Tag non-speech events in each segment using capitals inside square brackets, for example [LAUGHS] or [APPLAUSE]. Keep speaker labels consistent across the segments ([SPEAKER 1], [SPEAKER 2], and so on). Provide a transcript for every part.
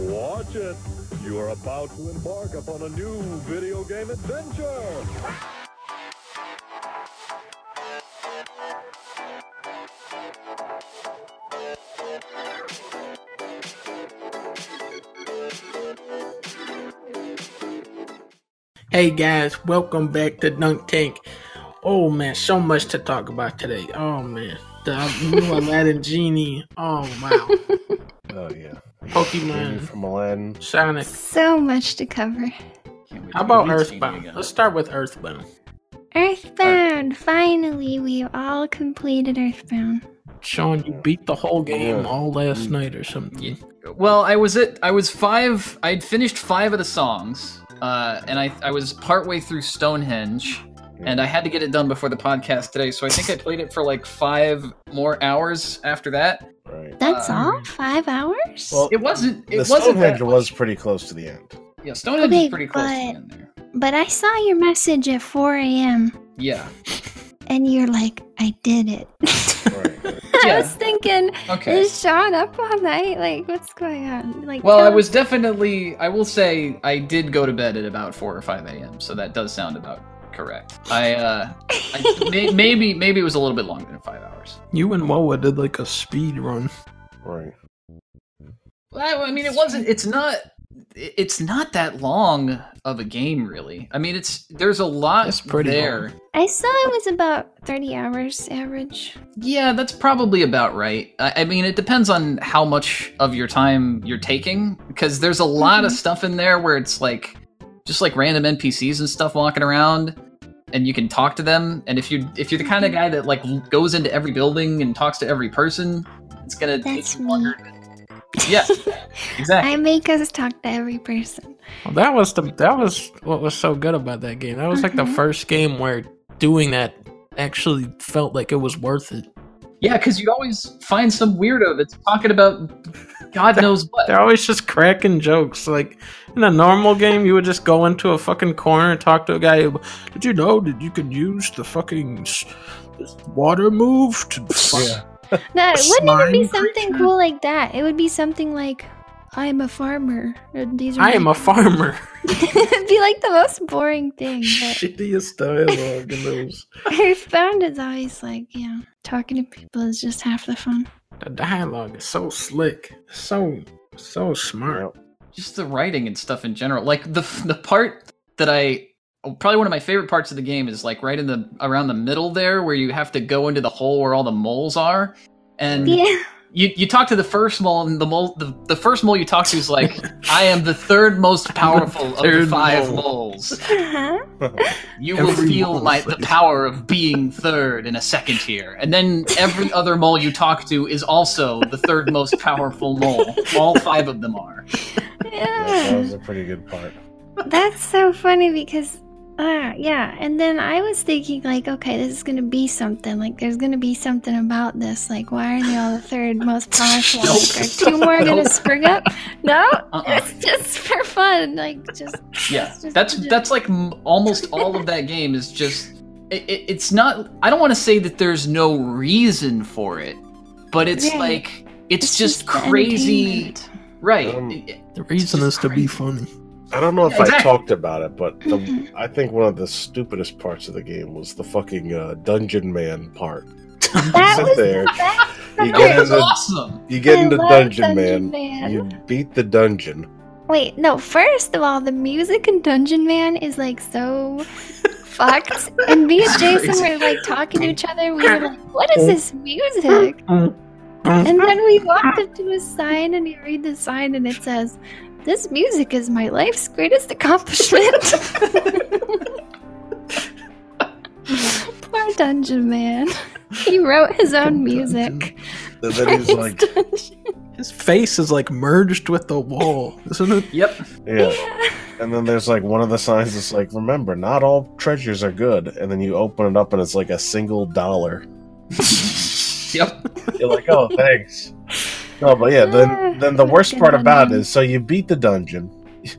[SPEAKER 1] Watch it. You are about to embark upon a new video game adventure.
[SPEAKER 2] Hey guys, welcome back to Dunk Tank. Oh man, so much to talk about today. Oh man, the new Aladdin genie. Oh wow,
[SPEAKER 3] Oh yeah, Genie
[SPEAKER 2] Pokemon,
[SPEAKER 3] from Aladdin.
[SPEAKER 2] Sonic.
[SPEAKER 4] So much to cover.
[SPEAKER 2] How about Earthbound? Let's start with Earthbound.
[SPEAKER 4] Earthbound! Finally, we have all completed Earthbound.
[SPEAKER 2] Sean, you beat the whole game all last night or something.
[SPEAKER 5] Well, I was at I was five. I'd finished five of the songs, uh, and I I was partway through Stonehenge, and I had to get it done before the podcast today. So I think I played it for like five more hours after that.
[SPEAKER 3] Right.
[SPEAKER 4] That's
[SPEAKER 5] Um,
[SPEAKER 4] all? Five hours?
[SPEAKER 3] well,
[SPEAKER 5] It wasn't. It
[SPEAKER 3] the
[SPEAKER 5] wasn't
[SPEAKER 3] Stonehenge
[SPEAKER 5] that
[SPEAKER 3] was pretty close to the end.
[SPEAKER 5] much- Yeah, Stonehenge
[SPEAKER 4] Okay,
[SPEAKER 5] is pretty close to the
[SPEAKER 4] but-
[SPEAKER 5] end there.
[SPEAKER 4] but I saw your message at 4 a.m.
[SPEAKER 5] Yeah.
[SPEAKER 4] and you're like, I did it. [LAUGHS]
[SPEAKER 3] Right.
[SPEAKER 4] I
[SPEAKER 5] Yeah.
[SPEAKER 4] was thinking,
[SPEAKER 5] Okay.
[SPEAKER 4] is Sean up all night? Like, what's going on? Like,
[SPEAKER 5] Well, I
[SPEAKER 4] tell [LAUGHS]
[SPEAKER 5] was
[SPEAKER 4] us-
[SPEAKER 5] definitely. I will say I did go to bed at about four or five a.m. So that does sound about correct. I, uh, I may, maybe maybe it was a little bit longer than five hours.
[SPEAKER 2] You and Moa did like a speed run.
[SPEAKER 4] [LAUGHS]
[SPEAKER 3] right.
[SPEAKER 5] Well, I mean, it wasn't. It's not. it- It's not that long of a game, really. I mean, it's there's a lot
[SPEAKER 2] It's pretty
[SPEAKER 5] there.
[SPEAKER 4] I saw it was about 30 hours average.
[SPEAKER 5] Yeah, that's probably about right. I, I mean, it depends on how much of your time you're taking, because there's a lot of
[SPEAKER 4] Mhm.
[SPEAKER 5] stuff in there where it's like just like random NPCs and stuff walking around, and you can talk to them. And if you if you're the kind of guy that like l- goes into every building and talks to every person, it's gonna
[SPEAKER 4] That's
[SPEAKER 5] take
[SPEAKER 4] me.
[SPEAKER 5] longer. Yeah,
[SPEAKER 4] [LAUGHS]
[SPEAKER 5] exactly.
[SPEAKER 4] I make us talk to every person.
[SPEAKER 2] Well, that was the that was what was so good about that game. That was like the
[SPEAKER 4] Mhm.
[SPEAKER 2] first game where doing that actually felt like it was worth it.
[SPEAKER 5] Yeah, because you always find some weirdo that's talking about God knows what.
[SPEAKER 2] They're always just cracking jokes. Like in a normal game, you would just go into a fucking corner and talk to a guy. Who, Did you know that you can use the fucking s- this water move to? Fuck?
[SPEAKER 3] Yeah.
[SPEAKER 4] No, it wouldn't even be
[SPEAKER 2] slime
[SPEAKER 4] something
[SPEAKER 2] creature?
[SPEAKER 4] cool like that. It would be something like, I am a farmer. or These are
[SPEAKER 2] I
[SPEAKER 4] my
[SPEAKER 2] am a farmer.
[SPEAKER 4] [LAUGHS] It'd be like the most boring thing. [LAUGHS] But
[SPEAKER 2] Shittiest dialogue in those.
[SPEAKER 4] Earthbound is always like, yeah, talking to people is just half the fun.
[SPEAKER 2] The dialogue is so slick, so so smart.
[SPEAKER 3] Yep.
[SPEAKER 5] Just the writing and stuff in general. Like the the part that I oh, probably one of my favorite parts of the game is like right in the around the middle there where you have to go into the hole where all the moles are. And
[SPEAKER 4] Yeah.
[SPEAKER 5] you, you talk to the first mole and the mole the, the first mole you talk to
[SPEAKER 2] [LAUGHS]
[SPEAKER 5] is like, I am the third most powerful of
[SPEAKER 2] third
[SPEAKER 5] the five
[SPEAKER 2] mole."
[SPEAKER 5] moles.
[SPEAKER 4] Uh-huh.
[SPEAKER 5] You
[SPEAKER 2] Every
[SPEAKER 5] will feel
[SPEAKER 2] mole
[SPEAKER 5] my, the
[SPEAKER 2] says-
[SPEAKER 5] power of being third in a second here. And then every other mole you talk to is also the third most powerful mole. All five of them are.
[SPEAKER 3] Yeah, that
[SPEAKER 4] [LAUGHS] Yeah.
[SPEAKER 3] was a pretty good part.
[SPEAKER 4] That's so funny because, uh, yeah. And then I was thinking, like, okay, this is going to be something. Like, there's going to be something about this. Like, why are they all the third most powerful?
[SPEAKER 5] Nope.
[SPEAKER 4] Like, are two more
[SPEAKER 2] [LAUGHS]
[SPEAKER 4] going
[SPEAKER 5] Nope.
[SPEAKER 4] to spring up? No?
[SPEAKER 5] Uh-uh.
[SPEAKER 3] [LAUGHS]
[SPEAKER 4] [LAUGHS] It's just for fun. Like, just.
[SPEAKER 5] Yeah.
[SPEAKER 4] just-
[SPEAKER 5] That's that's like m- almost all of that game is just it, it, it's not I don't want to say that there's no reason for it, but it's
[SPEAKER 4] Right.
[SPEAKER 5] like it's,
[SPEAKER 4] It's
[SPEAKER 5] just,
[SPEAKER 4] just the
[SPEAKER 5] crazy.
[SPEAKER 4] entertainment.
[SPEAKER 5] Right.
[SPEAKER 3] Um,
[SPEAKER 5] It- it-
[SPEAKER 2] The reason is
[SPEAKER 5] It's just
[SPEAKER 2] to be
[SPEAKER 5] crazy.
[SPEAKER 2] funny.
[SPEAKER 3] I don't know if
[SPEAKER 5] Yeah,
[SPEAKER 3] I
[SPEAKER 5] exactly.
[SPEAKER 3] talked about it, but the,
[SPEAKER 4] Mhm.
[SPEAKER 3] I think one of the stupidest parts of the game was the fucking uh, dungeon man part.
[SPEAKER 4] That
[SPEAKER 3] sit
[SPEAKER 4] was
[SPEAKER 3] there.
[SPEAKER 4] that
[SPEAKER 3] You
[SPEAKER 4] Okay.
[SPEAKER 5] that
[SPEAKER 3] get
[SPEAKER 5] was
[SPEAKER 3] into,
[SPEAKER 5] awesome.
[SPEAKER 3] you get
[SPEAKER 4] I
[SPEAKER 3] into
[SPEAKER 4] love
[SPEAKER 3] dungeon, man,
[SPEAKER 4] Dungeon Man.
[SPEAKER 3] You beat the dungeon.
[SPEAKER 4] [LAUGHS] Wait, no, first of all, the music in Dungeon Man is like so fucked. And me and Jason were like talking to each other. We were like, what
[SPEAKER 3] Oh.
[SPEAKER 4] is this music?
[SPEAKER 2] Mm.
[SPEAKER 5] [LAUGHS]
[SPEAKER 4] And then we walked up to a sign and you read the sign and it says, This music is my life's greatest
[SPEAKER 5] [LAUGHS]
[SPEAKER 4] accomplishment. [LAUGHS] Poor Dungeon Man. He wrote his
[SPEAKER 2] Dungeon.
[SPEAKER 4] own music.
[SPEAKER 3] And then he's like,
[SPEAKER 2] His face is like merged with the wall, isn't it?
[SPEAKER 5] Yep.
[SPEAKER 3] yeah. And then there's like one of the signs that's like, remember, not all treasures are good. And then you open it up and it's like a single dollar.
[SPEAKER 5] Yep.
[SPEAKER 3] You're like,
[SPEAKER 5] [LAUGHS]
[SPEAKER 3] oh, thanks. No, but yeah, then then the
[SPEAKER 4] Ah,
[SPEAKER 3] worst part
[SPEAKER 4] God.
[SPEAKER 3] about it is, so you beat the dungeon,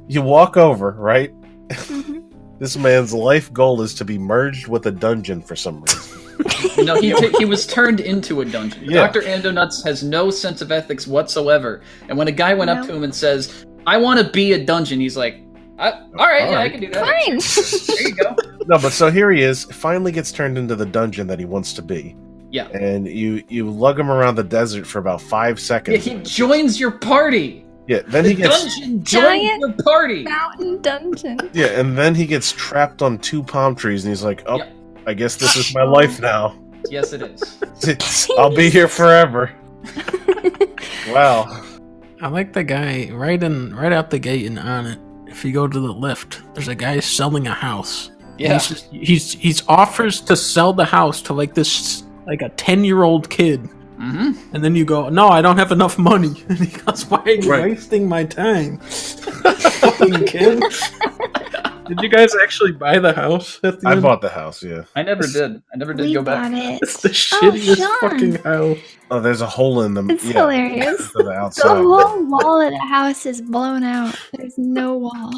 [SPEAKER 3] you walk over, right?
[SPEAKER 4] Mhm.
[SPEAKER 3] This man's life goal is to be merged with a dungeon for some
[SPEAKER 5] [LAUGHS]
[SPEAKER 3] reason.
[SPEAKER 5] No, he, t- he was turned into a dungeon.
[SPEAKER 3] Yeah.
[SPEAKER 5] Dr. Ando Nuts has no sense of ethics whatsoever. And when a guy went up
[SPEAKER 4] No.
[SPEAKER 5] to him and says, I want to be a dungeon. He's like, I, all right, yeah, I
[SPEAKER 3] Alright.
[SPEAKER 5] can do that.
[SPEAKER 4] Fine.
[SPEAKER 5] There you
[SPEAKER 3] [LAUGHS]
[SPEAKER 5] go.
[SPEAKER 3] No, but so here he is. Finally, gets turned into the dungeon that he wants to be.
[SPEAKER 5] Yeah.
[SPEAKER 3] And you you lug him around the desert for about five
[SPEAKER 5] Yeah,
[SPEAKER 3] seconds.
[SPEAKER 5] he joins your party.
[SPEAKER 3] Yeah, then
[SPEAKER 5] The
[SPEAKER 3] he gets
[SPEAKER 5] dungeon joins
[SPEAKER 4] Giant-
[SPEAKER 5] your
[SPEAKER 4] [LAUGHS]
[SPEAKER 5] party.
[SPEAKER 4] Mountain dungeon.
[SPEAKER 3] yeah, and then he gets trapped on two palm trees, and he's like, "Oh,
[SPEAKER 5] Yep.
[SPEAKER 3] I guess this is
[SPEAKER 4] [LAUGHS]
[SPEAKER 3] my life now. [LAUGHS]
[SPEAKER 5] Yes, it is.
[SPEAKER 3] I'll be here
[SPEAKER 4] [LAUGHS]
[SPEAKER 3] forever." wow.
[SPEAKER 2] I like the guy right in right out the gate and on it. If you go to the left, there's a guy selling a house. And
[SPEAKER 5] Yeah.
[SPEAKER 2] He's, just, he's he's offers to sell the house to like this like a ten year old kid,
[SPEAKER 5] hmm
[SPEAKER 2] and then you go, no, I don't have enough money. [LAUGHS] And he goes, why are you
[SPEAKER 3] Right.
[SPEAKER 2] wasting my time, [LAUGHS] fucking kid? Did you guys actually buy the house? At the
[SPEAKER 3] I
[SPEAKER 2] end?
[SPEAKER 3] bought the house. Yeah.
[SPEAKER 5] I never did. I never did
[SPEAKER 4] We
[SPEAKER 5] go
[SPEAKER 4] bought
[SPEAKER 5] back.
[SPEAKER 4] it.
[SPEAKER 5] [LAUGHS]
[SPEAKER 2] It's the
[SPEAKER 4] Oh,
[SPEAKER 2] shittiest
[SPEAKER 4] Sean.
[SPEAKER 2] fucking house.
[SPEAKER 3] Oh, there's a hole in them.
[SPEAKER 4] It's
[SPEAKER 3] yeah, [LAUGHS]
[SPEAKER 4] hilarious.
[SPEAKER 3] To the
[SPEAKER 4] [LAUGHS] The
[SPEAKER 3] outside.
[SPEAKER 4] whole wall of the house is blown out. There's no wall.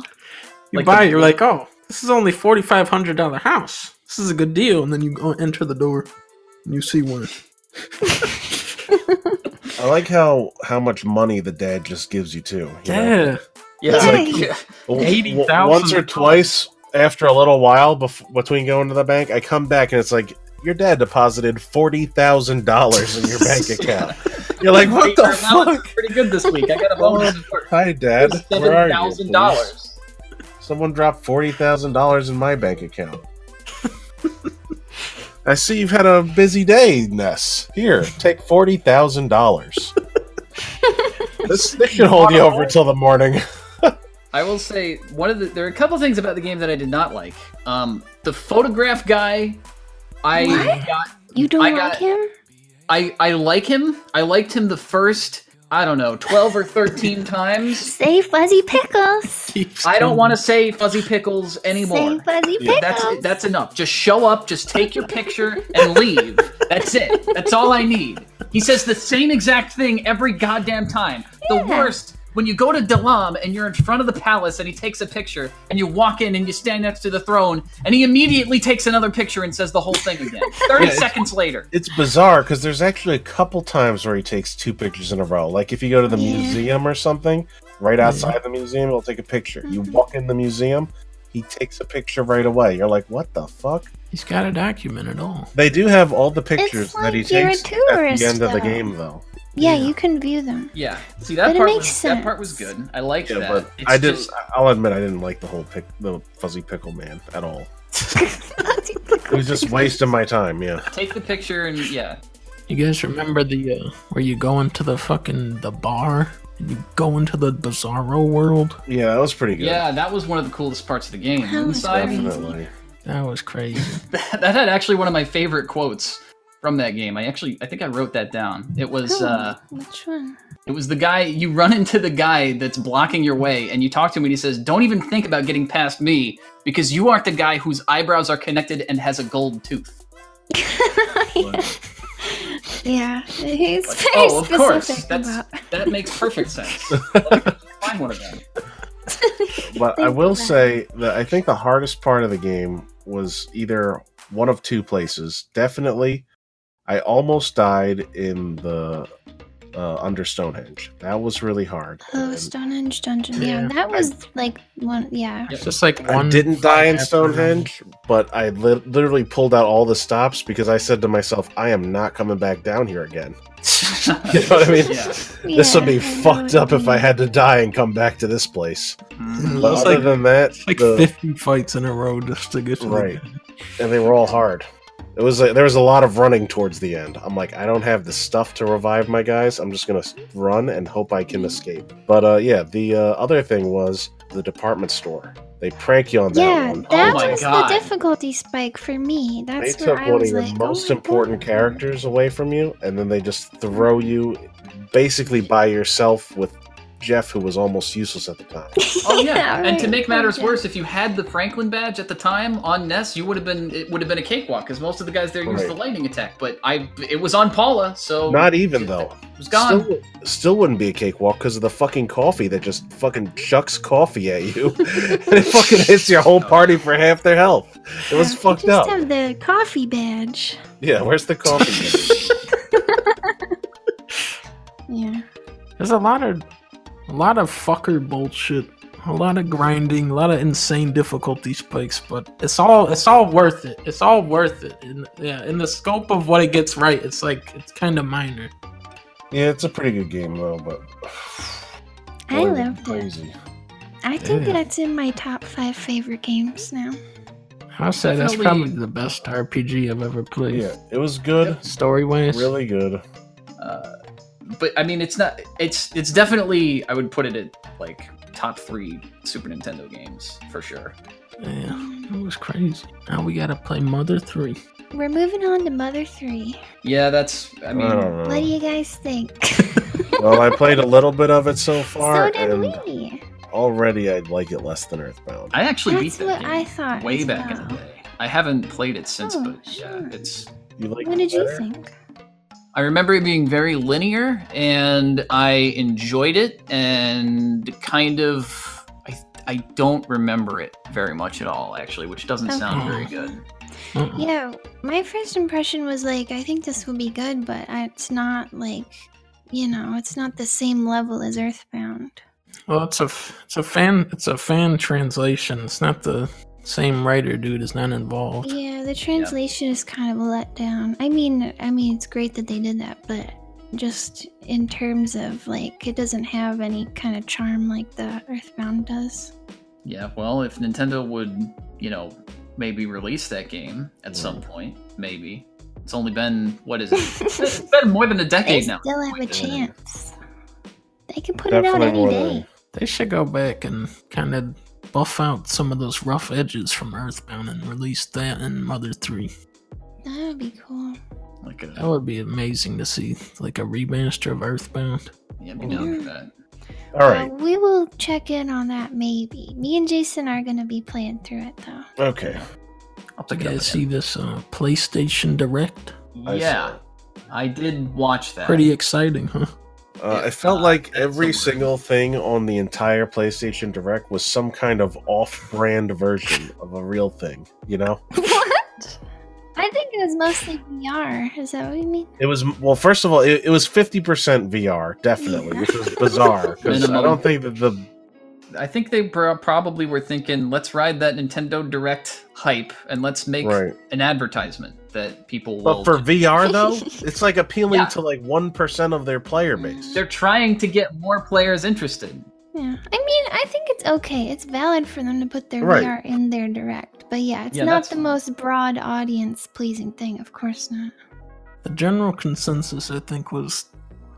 [SPEAKER 2] You
[SPEAKER 5] Like
[SPEAKER 2] buy,
[SPEAKER 5] the-
[SPEAKER 2] it, you're like, oh, this is only forty five hundred dollar house. This is a good deal, and then you go enter the door, and you see one.
[SPEAKER 3] I like how how much money the dad just gives you too. you know?
[SPEAKER 2] Yeah,
[SPEAKER 5] Yeah.
[SPEAKER 4] Hey.
[SPEAKER 5] yeah.
[SPEAKER 3] W- w-
[SPEAKER 2] 80,000
[SPEAKER 3] once or twice after a little while bef- between going to the bank i come back and it's like your dad deposited $40000 in your bank account you're like what the
[SPEAKER 5] Your allowance
[SPEAKER 3] fuck
[SPEAKER 5] is Pretty good this week. I got a bonus at work.
[SPEAKER 3] hi dad [LAUGHS] where are
[SPEAKER 5] Seven
[SPEAKER 3] you,
[SPEAKER 5] thousand
[SPEAKER 3] please?
[SPEAKER 5] dollars.
[SPEAKER 3] someone dropped $40000 in my bank account i see you've had a busy day ness here take $40000 this, they should hold you over till the morning
[SPEAKER 5] I will say one of the there are a couple things about the game that I did not like. Um, the photograph guy, I
[SPEAKER 4] What?
[SPEAKER 5] got
[SPEAKER 4] You don't
[SPEAKER 5] I
[SPEAKER 4] like
[SPEAKER 5] got-
[SPEAKER 4] him?
[SPEAKER 5] I I like him. I liked him the first I don't know twelve or thirteen times.
[SPEAKER 4] Say fuzzy pickles.
[SPEAKER 5] I don't want to say fuzzy pickles
[SPEAKER 4] Say
[SPEAKER 5] anymore.
[SPEAKER 4] fuzzy pickles.
[SPEAKER 3] Yeah,
[SPEAKER 5] That's that's enough. Just show up. Just take your picture and leave. That's it. That's all I need. He says the same exact thing every goddamn time. The
[SPEAKER 4] Yeah.
[SPEAKER 5] worst when you go to Dalam and you're in front of the palace and he takes a picture and you walk in and you stand next to the throne and he immediately takes another picture and says the whole thing
[SPEAKER 4] [LAUGHS]
[SPEAKER 5] again. Thirty
[SPEAKER 3] Yeah.
[SPEAKER 5] seconds later.
[SPEAKER 3] it's bizarre because there's actually a couple times where he takes two pictures in a row. Like if you go to the
[SPEAKER 4] Yeah.
[SPEAKER 3] museum or something, right outside the museum, he'll take a picture. You walk in the museum, he takes a picture right away. You're like, what the fuck?
[SPEAKER 2] He's got to document it all.
[SPEAKER 3] They do have all the pictures that he
[SPEAKER 4] like you're a
[SPEAKER 3] takes at
[SPEAKER 4] tourist,
[SPEAKER 3] the end of the
[SPEAKER 4] though.
[SPEAKER 3] game, though.
[SPEAKER 4] yeah, you can view
[SPEAKER 5] [LAUGHS]
[SPEAKER 4] them.
[SPEAKER 5] Yeah. See
[SPEAKER 4] But
[SPEAKER 5] that
[SPEAKER 4] it
[SPEAKER 5] part.
[SPEAKER 4] makes
[SPEAKER 5] was, That part was
[SPEAKER 4] sense.
[SPEAKER 5] good. I liked
[SPEAKER 3] Yeah,
[SPEAKER 5] that.
[SPEAKER 3] but
[SPEAKER 5] It's
[SPEAKER 3] I didn't.
[SPEAKER 5] just-
[SPEAKER 3] I'll admit I didn't like the whole pic, the fuzzy pickle man at all. It was just wasting my time. Yeah,
[SPEAKER 5] take the picture and yeah.
[SPEAKER 2] You guys remember the uh, where you go into the fucking the bar and you go into the bizarro world?
[SPEAKER 3] yeah, that was pretty good.
[SPEAKER 5] Yeah, that was one of the coolest parts of the game.
[SPEAKER 4] That was
[SPEAKER 5] Inside,
[SPEAKER 3] definitely.
[SPEAKER 2] That was crazy.
[SPEAKER 5] [COUGHS] that had actually one of my favorite quotes from that game. I actually, I think I wrote that down. It was, uh,
[SPEAKER 4] Which one? [LAUGHS]
[SPEAKER 5] it was the guy you run [LAUGHS] into the guy that's blocking your way, and you talk to him, and he says, "Don't even think about getting past me because you aren't the guy whose eyebrows are connected and has a gold tooth."
[SPEAKER 4] yeah, he's very
[SPEAKER 5] oh, of
[SPEAKER 4] specific
[SPEAKER 5] course, that's
[SPEAKER 4] about.
[SPEAKER 5] that makes
[SPEAKER 3] [LAUGHS]
[SPEAKER 5] perfect sense. Find one of them. [LAUGHS]
[SPEAKER 3] But I
[SPEAKER 4] Think
[SPEAKER 3] will
[SPEAKER 4] about [LAUGHS] it.
[SPEAKER 3] say that I think the hardest part of the game was either one of two places. Definitely, I almost died in the uh, under Stonehenge. That was really hard.
[SPEAKER 4] Oh,
[SPEAKER 3] And
[SPEAKER 4] Stonehenge Dungeon. Yeah,
[SPEAKER 2] Yeah.
[SPEAKER 4] that was like one. Yeah.
[SPEAKER 5] Yeah.
[SPEAKER 2] It's [LAUGHS] just
[SPEAKER 5] [LAUGHS]
[SPEAKER 2] like
[SPEAKER 3] I
[SPEAKER 2] one.
[SPEAKER 3] didn't die in
[SPEAKER 2] after
[SPEAKER 3] Stonehenge, but I li- literally pulled out all the stops because I said to myself, "I am not coming back down here again." [LAUGHS] You know what I mean?
[SPEAKER 5] yeah.
[SPEAKER 3] This would
[SPEAKER 4] Yeah,
[SPEAKER 3] be
[SPEAKER 4] I know
[SPEAKER 3] fucked
[SPEAKER 4] what
[SPEAKER 3] up
[SPEAKER 4] you
[SPEAKER 3] if I
[SPEAKER 4] mean.
[SPEAKER 3] had to die and come back to this place.
[SPEAKER 5] Mhm.
[SPEAKER 2] It
[SPEAKER 3] But
[SPEAKER 2] was
[SPEAKER 3] other
[SPEAKER 2] like,
[SPEAKER 3] than that,
[SPEAKER 2] like
[SPEAKER 3] the-
[SPEAKER 2] fifty fights in a row just to get to
[SPEAKER 3] Right.
[SPEAKER 2] The,
[SPEAKER 3] and they were all hard. It was like, there was a lot of running towards the end. I'm like, I don't have the stuff to revive my guys. I'm just gonna s- run and hope I can escape. But uh, yeah, the uh, other thing was the department store. They prank you on that
[SPEAKER 4] Yeah,
[SPEAKER 3] one.
[SPEAKER 4] that
[SPEAKER 5] Oh my
[SPEAKER 4] was
[SPEAKER 5] God.
[SPEAKER 4] the difficulty spike for me.
[SPEAKER 3] they
[SPEAKER 4] That's
[SPEAKER 3] took
[SPEAKER 4] where I
[SPEAKER 3] one of
[SPEAKER 4] was
[SPEAKER 3] your
[SPEAKER 4] like,
[SPEAKER 3] most
[SPEAKER 4] oh my
[SPEAKER 3] important
[SPEAKER 4] God.
[SPEAKER 3] characters away from you, and then they just throw you basically by yourself with Jeff, who was almost useless at the time.
[SPEAKER 5] Oh
[SPEAKER 4] [LAUGHS]
[SPEAKER 5] yeah, and to
[SPEAKER 4] right,
[SPEAKER 5] make matters
[SPEAKER 4] okay.
[SPEAKER 5] worse, if you had the Franklin badge at the time on Ness, you would have been it would have been a cakewalk because most of the guys there used
[SPEAKER 3] Right.
[SPEAKER 5] the lightning attack. But I it was on Paula, so
[SPEAKER 3] Not even though.
[SPEAKER 5] it was Oh. gone.
[SPEAKER 3] Still, still wouldn't be a cakewalk because of the fucking coffee that just fucking chucks coffee at you. and it fucking hits your whole party for half their health. It was
[SPEAKER 4] Yeah, you
[SPEAKER 3] fucked up.
[SPEAKER 4] just have the coffee badge.
[SPEAKER 3] Yeah, where's the coffee?
[SPEAKER 4] Yeah.
[SPEAKER 2] there's a lot of A lot of fucker bullshit. A lot of grinding, a lot of insane difficulty spikes, but it's all it's all worth it. It's all worth it. In, yeah, in the scope of what it gets right, it's like it's kind of minor.
[SPEAKER 3] Yeah, it's a pretty good game though, but [SIGHS]
[SPEAKER 4] I
[SPEAKER 3] Boy,
[SPEAKER 4] loved it.
[SPEAKER 3] crazy.
[SPEAKER 4] I think
[SPEAKER 2] Yeah.
[SPEAKER 4] that's in my top five favorite games now.
[SPEAKER 2] I say that's
[SPEAKER 5] Definitely-
[SPEAKER 2] probably the best RPG I've ever played.
[SPEAKER 3] Yeah, it was good,
[SPEAKER 2] Story wise,
[SPEAKER 3] really good.
[SPEAKER 5] Uh, but I mean, it's not. It's it's definitely. I would put it at like top three Super Nintendo games for sure.
[SPEAKER 2] yeah, it was crazy. Now we gotta play Mother Three.
[SPEAKER 4] We're moving on to Mother 3.
[SPEAKER 5] Yeah, that's. I
[SPEAKER 3] I,
[SPEAKER 5] mean,
[SPEAKER 3] don't
[SPEAKER 4] What do
[SPEAKER 3] know.
[SPEAKER 4] you guys think?
[SPEAKER 3] well, I played a little bit of it so
[SPEAKER 4] so
[SPEAKER 3] far,
[SPEAKER 4] did
[SPEAKER 3] and
[SPEAKER 4] we.
[SPEAKER 3] already I'd like it less than Earthbound.
[SPEAKER 5] I actually beat
[SPEAKER 4] That's
[SPEAKER 5] that
[SPEAKER 4] what
[SPEAKER 5] game
[SPEAKER 4] I thought.
[SPEAKER 5] way
[SPEAKER 4] as
[SPEAKER 5] back in the
[SPEAKER 4] well.
[SPEAKER 5] day. I haven't played it since,
[SPEAKER 4] Oh,
[SPEAKER 5] but yeah,
[SPEAKER 4] sure.
[SPEAKER 5] it's.
[SPEAKER 3] You like?
[SPEAKER 4] What
[SPEAKER 3] it
[SPEAKER 4] did you
[SPEAKER 3] better?
[SPEAKER 4] think?
[SPEAKER 5] I remember it being very linear, and I enjoyed it, and kind of. I I don't remember it very much at all, actually, which doesn't sound
[SPEAKER 2] Okay.
[SPEAKER 5] very good.
[SPEAKER 2] Uh-uh.
[SPEAKER 4] Yeah, my first impression was like, I think this will be good, but I- it's not like, you know, it's not the same level as Earthbound.
[SPEAKER 2] Well, it's a f- it's a fan it's a fan translation. It's not the same writer dude is not involved.
[SPEAKER 4] Yeah, the translation is kind of a letdown. I mean, I mean, it's great that they did that, but just in terms of like, it doesn't have any kind of charm like the Earthbound does.
[SPEAKER 5] Yeah, well, if Nintendo would, you know, maybe release that game at some point, maybe. It's only been what is it? [LAUGHS] it's been more than a
[SPEAKER 4] They
[SPEAKER 5] decade now.
[SPEAKER 4] still have a chance. They can put it out
[SPEAKER 3] Definitely
[SPEAKER 4] any
[SPEAKER 3] more
[SPEAKER 4] day.
[SPEAKER 3] than
[SPEAKER 2] They should go back and kind of buff out some of those rough edges from Earthbound and release that in Mother Three.
[SPEAKER 4] That would be cool.
[SPEAKER 5] Like uh,
[SPEAKER 2] That
[SPEAKER 5] a,
[SPEAKER 2] would be amazing to see, like a remaster of Earthbound.
[SPEAKER 5] yeah, be down for that.
[SPEAKER 3] All right.
[SPEAKER 4] Uh, we will check in on that maybe. Me and Jason are gonna be playing through it though.
[SPEAKER 3] Okay.
[SPEAKER 5] I'll pick
[SPEAKER 2] Did you
[SPEAKER 5] it up.
[SPEAKER 2] guys see this uh, PlayStation Direct?
[SPEAKER 3] I saw
[SPEAKER 5] yeah,
[SPEAKER 3] it.
[SPEAKER 5] I did watch that.
[SPEAKER 2] Pretty exciting, huh?
[SPEAKER 3] Uh,
[SPEAKER 5] Yeah,
[SPEAKER 3] it felt
[SPEAKER 5] uh,
[SPEAKER 3] like
[SPEAKER 5] that's the
[SPEAKER 3] every
[SPEAKER 5] word.
[SPEAKER 3] single thing on the entire PlayStation Direct was some kind of off-brand version of a real thing. You know,
[SPEAKER 4] what? I think it was mostly VR. Is that what you mean?
[SPEAKER 3] it was well. First of all, it, it was fifty percent VR, definitely,
[SPEAKER 4] Yeah.
[SPEAKER 3] which was bizarre because I
[SPEAKER 5] Minimum.
[SPEAKER 3] don't think that the
[SPEAKER 5] I think they pro- probably were thinking, let's ride that Nintendo Direct hype and let's make
[SPEAKER 3] right.
[SPEAKER 5] an advertisement that people
[SPEAKER 3] But
[SPEAKER 5] will.
[SPEAKER 3] for VR
[SPEAKER 4] [LAUGHS]
[SPEAKER 3] though, it's like appealing
[SPEAKER 5] Yeah.
[SPEAKER 3] to like one percent of their player base.
[SPEAKER 5] They're trying to get more players interested.
[SPEAKER 4] Yeah, I mean, I think it's okay. It's valid for them to put their
[SPEAKER 3] Right.
[SPEAKER 4] VR in their direct, but yeah, it's
[SPEAKER 5] Yeah,
[SPEAKER 4] not
[SPEAKER 5] that's
[SPEAKER 4] the
[SPEAKER 5] fine.
[SPEAKER 4] most broad audience pleasing thing. Of course
[SPEAKER 5] [LAUGHS]
[SPEAKER 4] not.
[SPEAKER 2] The general consensus, I think, was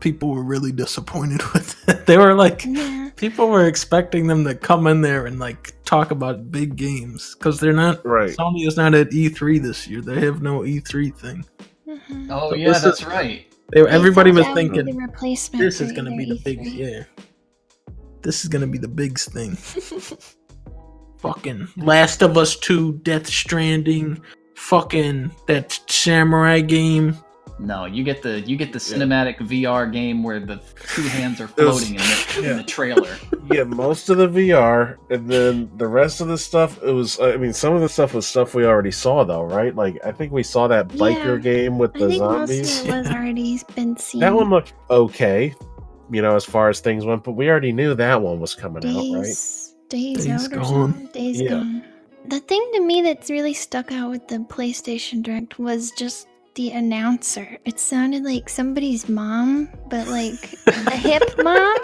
[SPEAKER 2] people were really disappointed [LAUGHS] with it. They were like,
[SPEAKER 4] Yeah,
[SPEAKER 2] people were expecting them to come in there and like talk about big games because they're not.
[SPEAKER 3] Right.
[SPEAKER 2] Sony is not at E3 this year. They have no E3 thing.
[SPEAKER 4] mhm.
[SPEAKER 5] Oh
[SPEAKER 2] But
[SPEAKER 5] yeah,
[SPEAKER 2] this is-
[SPEAKER 5] that's right.
[SPEAKER 2] They,
[SPEAKER 4] They
[SPEAKER 2] everybody
[SPEAKER 4] thought
[SPEAKER 2] was
[SPEAKER 4] that would be
[SPEAKER 2] thinking
[SPEAKER 4] the replacement
[SPEAKER 2] this
[SPEAKER 4] for
[SPEAKER 2] is going to be
[SPEAKER 4] either E
[SPEAKER 2] the big
[SPEAKER 4] E3."
[SPEAKER 2] yeah. This is going to be the big
[SPEAKER 4] [LAUGHS]
[SPEAKER 2] thing. fucking Last of Us 2, Death Stranding, fucking that samurai game.
[SPEAKER 5] No, you get the you get the cinematic VR game where the two
[SPEAKER 3] [LAUGHS]
[SPEAKER 5] hands are
[SPEAKER 3] Those-
[SPEAKER 5] floating in the, in
[SPEAKER 3] yeah.
[SPEAKER 5] the trailer.
[SPEAKER 3] Yeah, most of the VR, and then the rest of the stuff. It was. uh, I mean, some of the stuff was stuff we already saw, though, right? Like I think we saw that biker
[SPEAKER 4] Yeah.
[SPEAKER 3] game with
[SPEAKER 4] I
[SPEAKER 3] the
[SPEAKER 4] think most
[SPEAKER 3] zombies.
[SPEAKER 4] of it
[SPEAKER 2] [LAUGHS]
[SPEAKER 4] was already been seen.
[SPEAKER 3] That one looked okay, you know, as far as things went. But we already knew that one was coming out, right?
[SPEAKER 4] days, days,
[SPEAKER 2] Days
[SPEAKER 4] out or
[SPEAKER 2] Gone.
[SPEAKER 4] something. Days
[SPEAKER 3] Yeah.
[SPEAKER 4] gone. The thing to me that's really stuck out with the PlayStation Direct was just the announcer. It sounded like somebody's mom, but like
[SPEAKER 3] [LAUGHS]
[SPEAKER 4] a hip mom.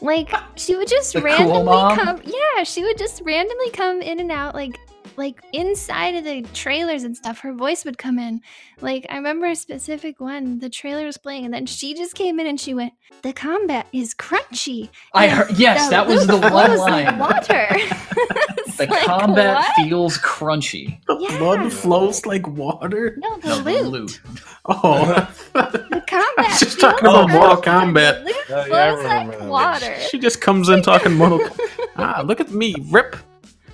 [SPEAKER 4] Like she would just
[SPEAKER 5] The cool
[SPEAKER 4] randomly
[SPEAKER 5] mom?
[SPEAKER 4] come. Yeah, she would just randomly come in and out. Like like inside of the trailers and stuff, her voice would come in. Like I remember a specific one. The trailer was playing, and then she just came in and she went, "The combat is crunchy."
[SPEAKER 5] I heard yes,
[SPEAKER 4] The
[SPEAKER 5] that was the
[SPEAKER 4] loop
[SPEAKER 5] one
[SPEAKER 4] flows like
[SPEAKER 5] line. [LAUGHS]
[SPEAKER 4] Water. [LAUGHS]
[SPEAKER 5] The combat feels crunchy.
[SPEAKER 2] The
[SPEAKER 4] Yeah.
[SPEAKER 2] blood flows like water.
[SPEAKER 4] No, the
[SPEAKER 5] No, the
[SPEAKER 4] loot.
[SPEAKER 5] loot.
[SPEAKER 2] Oh, [LAUGHS]
[SPEAKER 4] The combat.
[SPEAKER 2] She's
[SPEAKER 4] feels
[SPEAKER 2] talking about
[SPEAKER 4] crunchy.
[SPEAKER 2] Mortal Kombat.
[SPEAKER 4] The loot
[SPEAKER 3] Oh, yeah, I
[SPEAKER 4] flows
[SPEAKER 3] remember
[SPEAKER 4] like
[SPEAKER 3] that.
[SPEAKER 4] water.
[SPEAKER 2] she just comes in
[SPEAKER 4] [LAUGHS]
[SPEAKER 2] talking Mortal Kombat. Ah, look at me rip.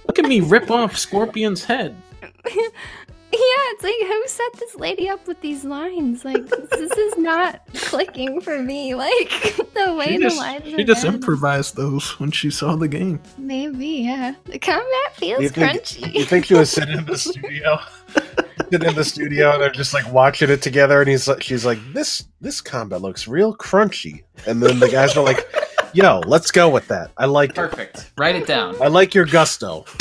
[SPEAKER 2] Look at me rip off Scorpion's head.
[SPEAKER 4] Yeah, it's like who set this lady up with these lines? Like this is not clicking for me. [LAUGHS] Like the way
[SPEAKER 2] She
[SPEAKER 4] the
[SPEAKER 2] just,
[SPEAKER 4] lines.
[SPEAKER 2] she
[SPEAKER 4] are
[SPEAKER 2] just
[SPEAKER 4] read.
[SPEAKER 2] improvised those when she saw the game.
[SPEAKER 4] Maybe yeah. The combat
[SPEAKER 3] You
[SPEAKER 4] feels
[SPEAKER 3] think-
[SPEAKER 4] crunchy.
[SPEAKER 3] You think she was sitting in the studio? [LAUGHS] sitting in the studio, and they're just like watching it together, and he's like, she's like, "This this combat looks real crunchy," and then the guys are like, Yo, let's go with that. I like it.
[SPEAKER 5] Perfect. Write it down.
[SPEAKER 3] I like your gusto.
[SPEAKER 4] [LAUGHS]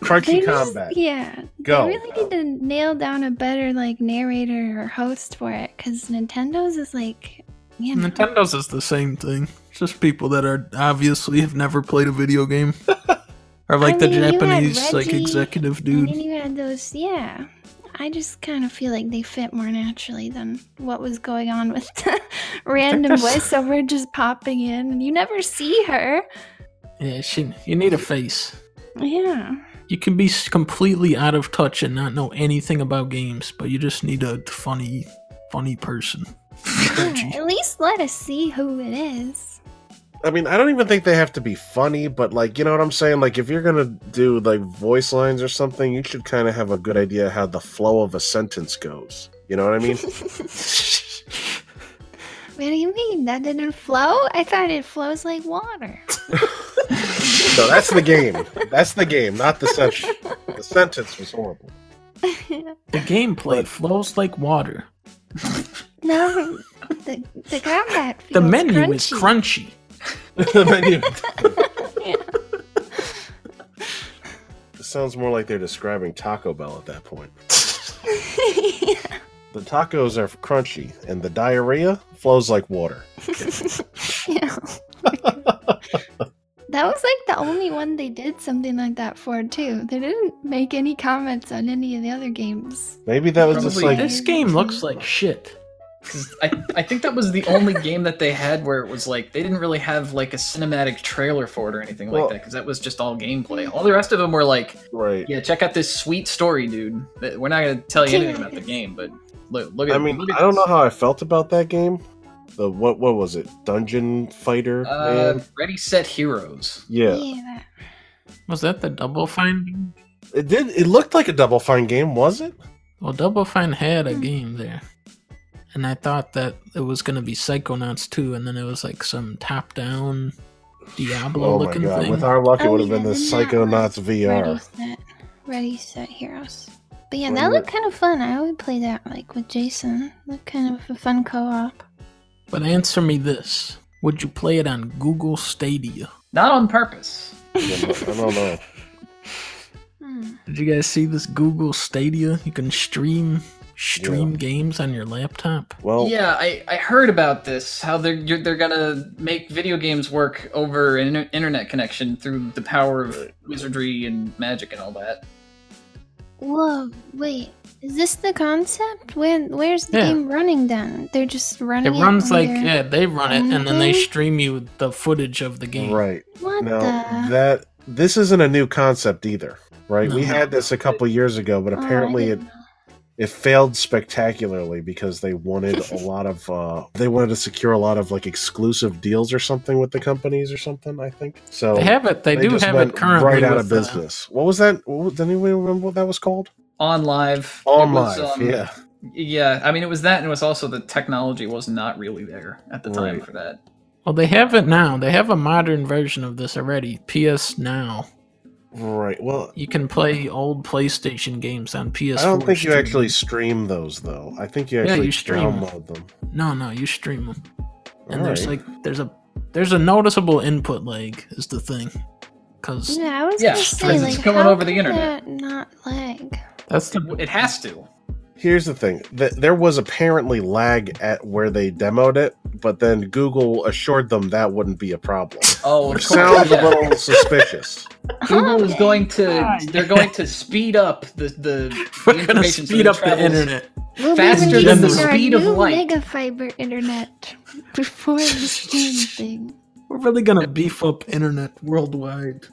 [SPEAKER 4] They
[SPEAKER 3] Crunchy
[SPEAKER 4] just-
[SPEAKER 3] combat.
[SPEAKER 4] yeah.
[SPEAKER 3] Go.
[SPEAKER 4] They really need to nail down a better like narrator or host for it, because Nintendo's is like, you know,
[SPEAKER 2] Nintendo's is the same thing. It's just people that are obviously have never played a video
[SPEAKER 4] [LAUGHS]
[SPEAKER 2] game. or like
[SPEAKER 4] I
[SPEAKER 2] the
[SPEAKER 4] mean, you had
[SPEAKER 2] Japanese like
[SPEAKER 4] Reggie,
[SPEAKER 2] executive
[SPEAKER 4] and
[SPEAKER 2] dude.
[SPEAKER 4] then you had those. Yeah, I just kind of feel like they fit more naturally than what was going on with [LAUGHS] the random
[SPEAKER 2] that's-
[SPEAKER 4] voiceover just popping in, and you never see her.
[SPEAKER 2] Yeah, she, you need a face. [LAUGHS]
[SPEAKER 4] Yeah.
[SPEAKER 2] You can be s- completely out of touch and not know anything about games, but you just need a funny, funny person.
[SPEAKER 4] yeah.
[SPEAKER 2] Reggie.
[SPEAKER 4] At least let us see who
[SPEAKER 2] [LAUGHS]
[SPEAKER 4] it is.
[SPEAKER 3] I mean, I don't even think they have to be funny, but like, you know what I'm saying? Like, if you're gonna do like voice lines or something, you should kind of have a good idea how the flow of a sentence goes. You know what I mean?
[SPEAKER 4] What do you mean? That didn't flow? I thought it flows like water.
[SPEAKER 3] so that's the game. That's the game, not the sentence. The sentence was horrible.
[SPEAKER 2] The gameplay flows like water.
[SPEAKER 4] No, the, the combat.
[SPEAKER 2] The
[SPEAKER 4] feels
[SPEAKER 2] menu
[SPEAKER 4] crunchy.
[SPEAKER 2] is crunchy.
[SPEAKER 3] [LAUGHS] The menu- It sounds more like they're describing Taco Bell at that point.
[SPEAKER 4] [LAUGHS]
[SPEAKER 3] The tacos are crunchy, and the diarrhea flows like water.
[SPEAKER 4] [LAUGHS] Yeah. that was like the only one they did something like that for too. They didn't make any comments on any of the other games.
[SPEAKER 3] Maybe that was just
[SPEAKER 5] Probably
[SPEAKER 3] like
[SPEAKER 2] This game looks like shit.
[SPEAKER 5] 'Cause I, I think that was the only game that they had where it was like they didn't really have like a cinematic trailer for it or anything
[SPEAKER 3] Well-
[SPEAKER 5] like that because that was just all gameplay. All the rest of them were like,
[SPEAKER 3] right.
[SPEAKER 5] yeah, check out this sweet story, dude. That- We're not gonna tell you anything about the game, but look, look at.
[SPEAKER 3] I mean,
[SPEAKER 5] look at
[SPEAKER 3] I don't know
[SPEAKER 5] this.
[SPEAKER 3] how I felt about that game. The what? What was it? Dungeon fighter?
[SPEAKER 5] Uh,
[SPEAKER 3] man?
[SPEAKER 5] Ready Set Heroes.
[SPEAKER 3] Yeah.
[SPEAKER 4] yeah.
[SPEAKER 2] Was that the Double Fine? game?
[SPEAKER 3] it did. It looked like a Double Fine game, was it?
[SPEAKER 2] Well, Double Fine had a
[SPEAKER 4] Hmm.
[SPEAKER 2] game there. And I thought that it was going to be Psychonauts 2, and then it was like some top down Diablo
[SPEAKER 3] oh my
[SPEAKER 2] looking
[SPEAKER 3] god!
[SPEAKER 2] thing.
[SPEAKER 3] With our luck, it
[SPEAKER 4] Oh,
[SPEAKER 3] would have
[SPEAKER 4] yeah,
[SPEAKER 3] been the
[SPEAKER 4] then that was
[SPEAKER 3] Psychonauts
[SPEAKER 4] Ready
[SPEAKER 3] VR.
[SPEAKER 4] set, ready set heroes. But yeah,
[SPEAKER 3] Wait,
[SPEAKER 4] that
[SPEAKER 3] what-
[SPEAKER 4] looked kind of fun. I would play that like with Jason. That kind of a fun co-op.
[SPEAKER 2] But answer me this Would you play it on Google Stadia?
[SPEAKER 5] Not on purpose.
[SPEAKER 3] I don't know.
[SPEAKER 4] [LAUGHS] Hmm.
[SPEAKER 2] Did you guys see this Google Stadia? You can stream stream games on your laptop.
[SPEAKER 3] Well,
[SPEAKER 5] Yeah, I, I heard about this. How they're you're, they're gonna make video games work over an inter- internet connection through the power of wizardry and magic and all that.
[SPEAKER 4] Whoa, wait. Is this the concept? When where's the
[SPEAKER 2] Yeah.
[SPEAKER 4] game running then? They're just
[SPEAKER 2] It
[SPEAKER 4] running. It,
[SPEAKER 2] runs
[SPEAKER 4] on
[SPEAKER 2] like
[SPEAKER 4] their-
[SPEAKER 2] yeah, they run it and then they
[SPEAKER 4] Mhm.
[SPEAKER 2] stream you the footage of the game.
[SPEAKER 3] right
[SPEAKER 4] What
[SPEAKER 3] now
[SPEAKER 4] the?
[SPEAKER 3] that this isn't a new concept either, right? We
[SPEAKER 2] No.
[SPEAKER 3] had this a couple years ago, but
[SPEAKER 4] Oh, I
[SPEAKER 3] apparently it
[SPEAKER 4] didn't know.
[SPEAKER 3] it failed spectacularly because they wanted
[SPEAKER 4] [LAUGHS]
[SPEAKER 3] a lot of uh they wanted to secure a lot of like exclusive deals or something with the companies or something i think so
[SPEAKER 2] They have it. They, do
[SPEAKER 3] just
[SPEAKER 2] have
[SPEAKER 3] went
[SPEAKER 2] it currently
[SPEAKER 3] right out
[SPEAKER 2] with,
[SPEAKER 3] of
[SPEAKER 2] uh,
[SPEAKER 3] business what was that what, was- did anybody remember what that was called
[SPEAKER 5] On live. it
[SPEAKER 3] on
[SPEAKER 5] was,
[SPEAKER 3] live
[SPEAKER 5] um,
[SPEAKER 3] yeah
[SPEAKER 5] Yeah, I mean, it was that, and it was also the technology was not really there at the time
[SPEAKER 3] Right.
[SPEAKER 5] for that.
[SPEAKER 2] well, they have it now. They have a modern version of this already. PS Now.
[SPEAKER 3] right well
[SPEAKER 2] You can play old PlayStation games on PS4.
[SPEAKER 3] i don't think you
[SPEAKER 2] stream.
[SPEAKER 3] actually stream those though i think you
[SPEAKER 2] Yeah,
[SPEAKER 3] actually
[SPEAKER 2] you stream them.
[SPEAKER 3] download them
[SPEAKER 2] No, no, you stream them. And
[SPEAKER 3] All
[SPEAKER 2] there's
[SPEAKER 3] right.
[SPEAKER 2] like there's a there's a noticeable input lag is the thing. Cuz
[SPEAKER 4] Yeah, I was
[SPEAKER 5] Yeah,
[SPEAKER 4] gonna
[SPEAKER 5] it's
[SPEAKER 4] say
[SPEAKER 5] just
[SPEAKER 4] like
[SPEAKER 5] going
[SPEAKER 4] how
[SPEAKER 5] over the
[SPEAKER 4] can
[SPEAKER 5] internet.
[SPEAKER 4] that Not lag.
[SPEAKER 2] that's the
[SPEAKER 5] It has to.
[SPEAKER 3] Here's the thing. Th- there was apparently lag at where they demoed it, but then Google assured them that wouldn't be a
[SPEAKER 2] [LAUGHS]
[SPEAKER 3] problem.
[SPEAKER 5] Oh, of
[SPEAKER 3] Which
[SPEAKER 5] course.
[SPEAKER 3] sounds a
[SPEAKER 5] yeah.
[SPEAKER 3] little suspicious.
[SPEAKER 5] Google is
[SPEAKER 4] Okay.
[SPEAKER 5] going to. They're going to speed up
[SPEAKER 2] [LAUGHS]
[SPEAKER 5] the the.
[SPEAKER 2] we're going to
[SPEAKER 5] information so
[SPEAKER 2] speed
[SPEAKER 5] it
[SPEAKER 2] up the
[SPEAKER 5] travels-
[SPEAKER 2] internet.
[SPEAKER 4] We'll
[SPEAKER 5] Faster
[SPEAKER 4] be
[SPEAKER 2] than the
[SPEAKER 4] releasing our
[SPEAKER 5] speed of
[SPEAKER 4] new
[SPEAKER 5] light.
[SPEAKER 4] Mega fiber internet before the
[SPEAKER 5] [LAUGHS]
[SPEAKER 4] stream thing.
[SPEAKER 2] We're really going to beef up internet worldwide.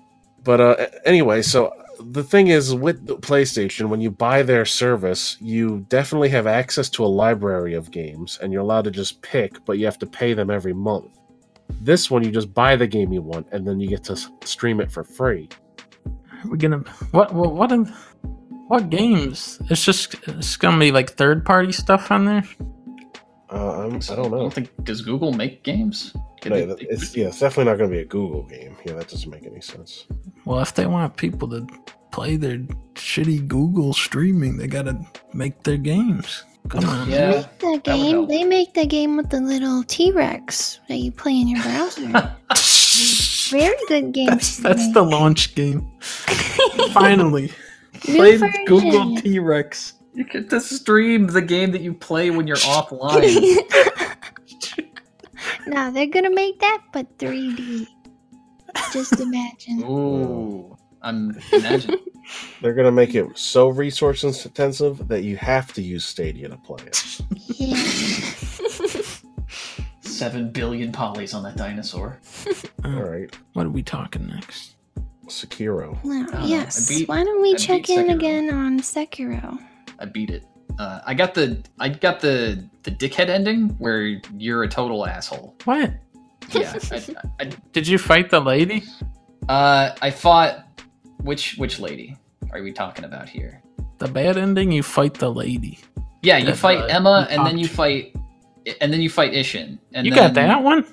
[SPEAKER 3] But uh, anyway, so the thing is with the PlayStation, when you buy their service, you definitely have access to a library of games, and you're allowed to just pick, but you have to pay them every month. This one, you just buy the game you want, and then you get to s- stream it for free.
[SPEAKER 2] We're going to what what what in, what games? It's just it's going to be like third party stuff on there.
[SPEAKER 3] Uh, I'm, I don't know.
[SPEAKER 5] think does Google make games? Could
[SPEAKER 3] No,
[SPEAKER 5] they-
[SPEAKER 3] that- it's, yeah, it's definitely not going to be a Google game. Yeah, that doesn't make any sense.
[SPEAKER 2] Well, if they want people to play their shitty Google streaming, they got to make their games. Come on.
[SPEAKER 5] yeah.
[SPEAKER 4] Make the
[SPEAKER 5] would
[SPEAKER 4] game.
[SPEAKER 5] help. [LAUGHS]
[SPEAKER 4] They make the game with the little T Rex that you play in your browser. Very good game.
[SPEAKER 2] That's that's the launch game. Finally, played Google T Rex.
[SPEAKER 5] You get to stream the game that you play when
[SPEAKER 3] [LAUGHS]
[SPEAKER 5] you're offline.
[SPEAKER 4] [LAUGHS]
[SPEAKER 5] [LAUGHS]
[SPEAKER 4] now they're gonna make that, but 3D. Just
[SPEAKER 5] [LAUGHS]
[SPEAKER 4] imagine.
[SPEAKER 5] Ooh, I'm imagining.
[SPEAKER 3] They're gonna make it so resource intensive that you have to use Stadia to play it.
[SPEAKER 4] Yeah. [LAUGHS]
[SPEAKER 5] Seven billion polys on that dinosaur.
[SPEAKER 3] All right,
[SPEAKER 2] What are we talking next?
[SPEAKER 3] Sekiro.
[SPEAKER 4] No,
[SPEAKER 5] I
[SPEAKER 4] yes.
[SPEAKER 5] beat-
[SPEAKER 4] Why don't we
[SPEAKER 5] I
[SPEAKER 4] check
[SPEAKER 5] beat
[SPEAKER 4] in
[SPEAKER 5] Sekiro.
[SPEAKER 4] again on Sekiro?
[SPEAKER 5] I beat it. Uh, I got the I got the the dickhead ending where you're a total asshole.
[SPEAKER 2] What
[SPEAKER 5] Yeah, I, I,
[SPEAKER 2] did you fight the lady?
[SPEAKER 5] I, uh, I fought which which lady are we talking about here?
[SPEAKER 2] The bad ending. You fight the lady.
[SPEAKER 5] Yeah, you
[SPEAKER 2] That's
[SPEAKER 5] fight
[SPEAKER 2] right.
[SPEAKER 5] Emma,
[SPEAKER 2] Uh, You
[SPEAKER 5] and then you
[SPEAKER 2] talked.
[SPEAKER 5] fight, and then you fight Ishin. And
[SPEAKER 2] you
[SPEAKER 5] then,
[SPEAKER 2] got that one.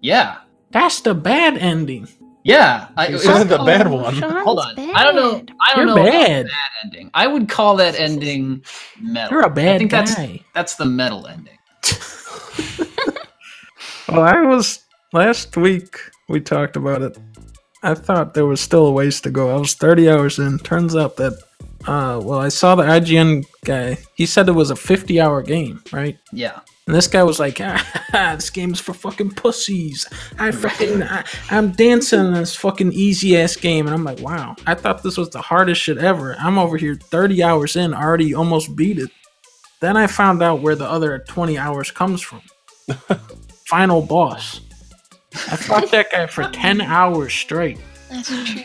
[SPEAKER 5] Yeah,
[SPEAKER 2] That's the bad ending.
[SPEAKER 5] yeah. I,
[SPEAKER 3] You
[SPEAKER 5] it's-
[SPEAKER 3] said the bad
[SPEAKER 4] Oh,
[SPEAKER 3] one.
[SPEAKER 4] Sean's
[SPEAKER 5] [LAUGHS] hold on,
[SPEAKER 4] bad.
[SPEAKER 5] I don't know. I don't
[SPEAKER 2] You're
[SPEAKER 5] know about
[SPEAKER 2] bad.
[SPEAKER 5] that ending. I would call that ending metal.
[SPEAKER 2] You're a
[SPEAKER 5] I
[SPEAKER 2] bad
[SPEAKER 5] think
[SPEAKER 2] guy.
[SPEAKER 5] that's that's the metal ending.
[SPEAKER 2] [LAUGHS] Well, I was last week. We talked about it. I thought there was still a ways to go. I was 30 hours in. Turns out that, uh, well, I saw the IGN guy. He said it was a 50 hour game, right?
[SPEAKER 5] Yeah,
[SPEAKER 2] And this guy was like, [LAUGHS] ah, "This game's for fucking pussies. I fucking, I, I'm dancing in this fucking easy ass game." And I'm like, "Wow, I thought this was the hardest shit ever. I'm over here 30 hours in, already almost beat it." Then I found out where the other 20 hours comes [LAUGHS] from. Final boss. I fought that guy for 10 hours straight.
[SPEAKER 4] That's
[SPEAKER 5] [SIGHS]
[SPEAKER 4] true.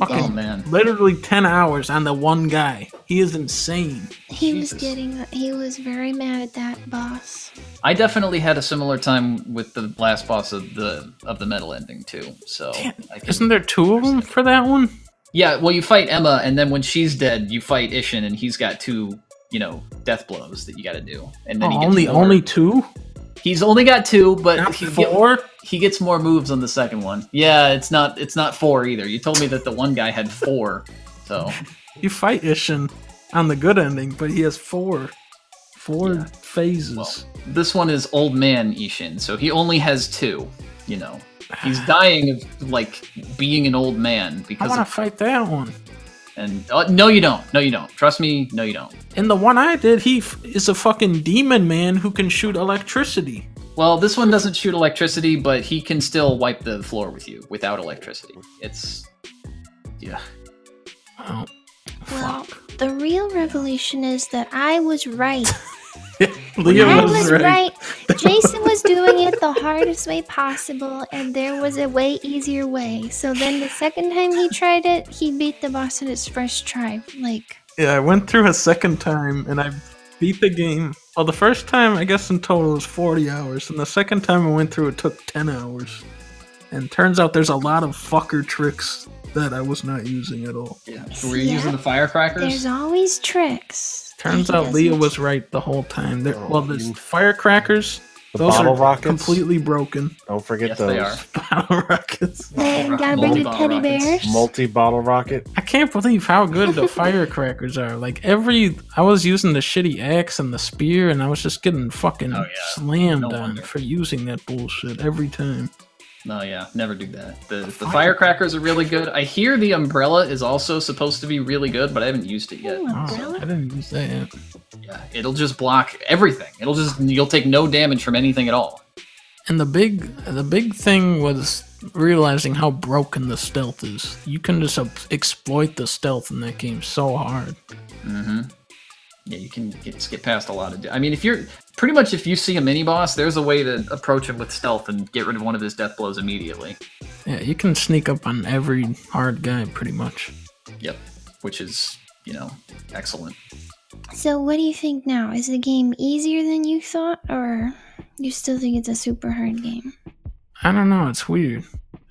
[SPEAKER 2] Fucking
[SPEAKER 5] Oh, man.
[SPEAKER 2] literally 10 hours on the one guy. He is insane.
[SPEAKER 4] He
[SPEAKER 5] Jesus.
[SPEAKER 4] was getting. He was very mad at that boss.
[SPEAKER 5] I definitely had a similar time with the last boss of the of the metal ending too. So I can-
[SPEAKER 2] Isn't there two of them for that one?
[SPEAKER 5] yeah, well, you fight Emma, and then when she's dead, you fight Ishin, and he's got two you know death blows that you got to do. And then
[SPEAKER 2] Oh,
[SPEAKER 5] he gets
[SPEAKER 2] only
[SPEAKER 5] more-
[SPEAKER 2] only two?
[SPEAKER 5] he's only got two, but
[SPEAKER 2] Not
[SPEAKER 5] he, get-
[SPEAKER 2] four?
[SPEAKER 5] he gets more moves on the second one. Yeah, it's not it's not four either. You told me that the one guy had four,
[SPEAKER 2] [LAUGHS]
[SPEAKER 5] so
[SPEAKER 2] You fight Ishin on the good ending, but he has four, four
[SPEAKER 5] Yeah.
[SPEAKER 2] phases.
[SPEAKER 5] Well, this one is old man Ishin, so he only has two. You know, he's dying of like being an old man
[SPEAKER 2] I
[SPEAKER 5] because
[SPEAKER 2] want to
[SPEAKER 5] of,
[SPEAKER 2] fight that one.
[SPEAKER 5] and uh, no, you don't. No, you don't. Trust me. No, you don't.
[SPEAKER 2] And the one I did, he f- is a fucking demon man who can shoot electricity.
[SPEAKER 5] Well, this one doesn't shoot electricity, but he can still wipe the floor with you without electricity. It's yeah.
[SPEAKER 2] Oh,
[SPEAKER 4] Well,
[SPEAKER 2] fuck.
[SPEAKER 4] the real revelation is that I
[SPEAKER 2] [LAUGHS]
[SPEAKER 4] was right.
[SPEAKER 2] Leo
[SPEAKER 4] I
[SPEAKER 2] was,
[SPEAKER 4] was
[SPEAKER 2] right.
[SPEAKER 4] right.
[SPEAKER 2] [LAUGHS]
[SPEAKER 4] Jason was doing it the hardest way possible, and there was a way easier way. So then the second time he tried it, he beat the boss at his first try. Like,
[SPEAKER 2] Yeah, I went through a second time and I beat the game. Well, the first time, I guess in total, it was 40 hours. And the second time I went through, it took 10 hours. And turns out there's a lot of fucker tricks that I was not using at all.
[SPEAKER 5] Yeah. Were you
[SPEAKER 4] Yeah.
[SPEAKER 5] using the firecrackers?
[SPEAKER 4] there's always tricks.
[SPEAKER 2] Turns
[SPEAKER 4] He
[SPEAKER 2] out Leah
[SPEAKER 4] doesn't-
[SPEAKER 2] was right the whole time. There,
[SPEAKER 3] Oh,
[SPEAKER 2] well, there's
[SPEAKER 3] you-
[SPEAKER 2] firecrackers.
[SPEAKER 3] The
[SPEAKER 2] Those
[SPEAKER 3] bottle
[SPEAKER 2] are
[SPEAKER 3] rockets.
[SPEAKER 2] completely broken. [LAUGHS]
[SPEAKER 3] Don't forget
[SPEAKER 5] yes,
[SPEAKER 3] those.
[SPEAKER 5] they are.
[SPEAKER 2] Bottle rockets.
[SPEAKER 4] They gotta bring the
[SPEAKER 5] Multi-ball
[SPEAKER 4] teddy
[SPEAKER 5] rockets.
[SPEAKER 4] bears.
[SPEAKER 3] Multi bottle rocket.
[SPEAKER 2] I can't believe how good the firecrackers are. Like every, I was using the shitty axe and the spear, and I was just getting fucking
[SPEAKER 5] Oh, yeah.
[SPEAKER 2] slammed
[SPEAKER 5] No
[SPEAKER 2] on
[SPEAKER 5] wonder.
[SPEAKER 2] for using that bullshit every time.
[SPEAKER 5] No, yeah, never do that. The, the firecrackers are really good. I hear the umbrella is also supposed to be really good, but I haven't used it yet.
[SPEAKER 4] Oh,
[SPEAKER 2] Oh, I didn't use that.
[SPEAKER 5] Yeah, it'll just block everything. It'll just you'll take no damage from anything at all.
[SPEAKER 2] And the big, the big thing was realizing how broken the stealth is. You can just uh, exploit the stealth in that game so hard.
[SPEAKER 5] Mm-hmm. Yeah, you can get, skip past a lot of. Da- I mean, if you're pretty much if you see a mini boss, there's a way to approach him with stealth and get rid of one of his death blows immediately.
[SPEAKER 2] Yeah, you can sneak up on every hard guy pretty much.
[SPEAKER 5] Yep, which is you know excellent.
[SPEAKER 4] So, what do you think now? Is the game easier than you thought, or you still think it's a super hard game?
[SPEAKER 2] I don't know. It's weird.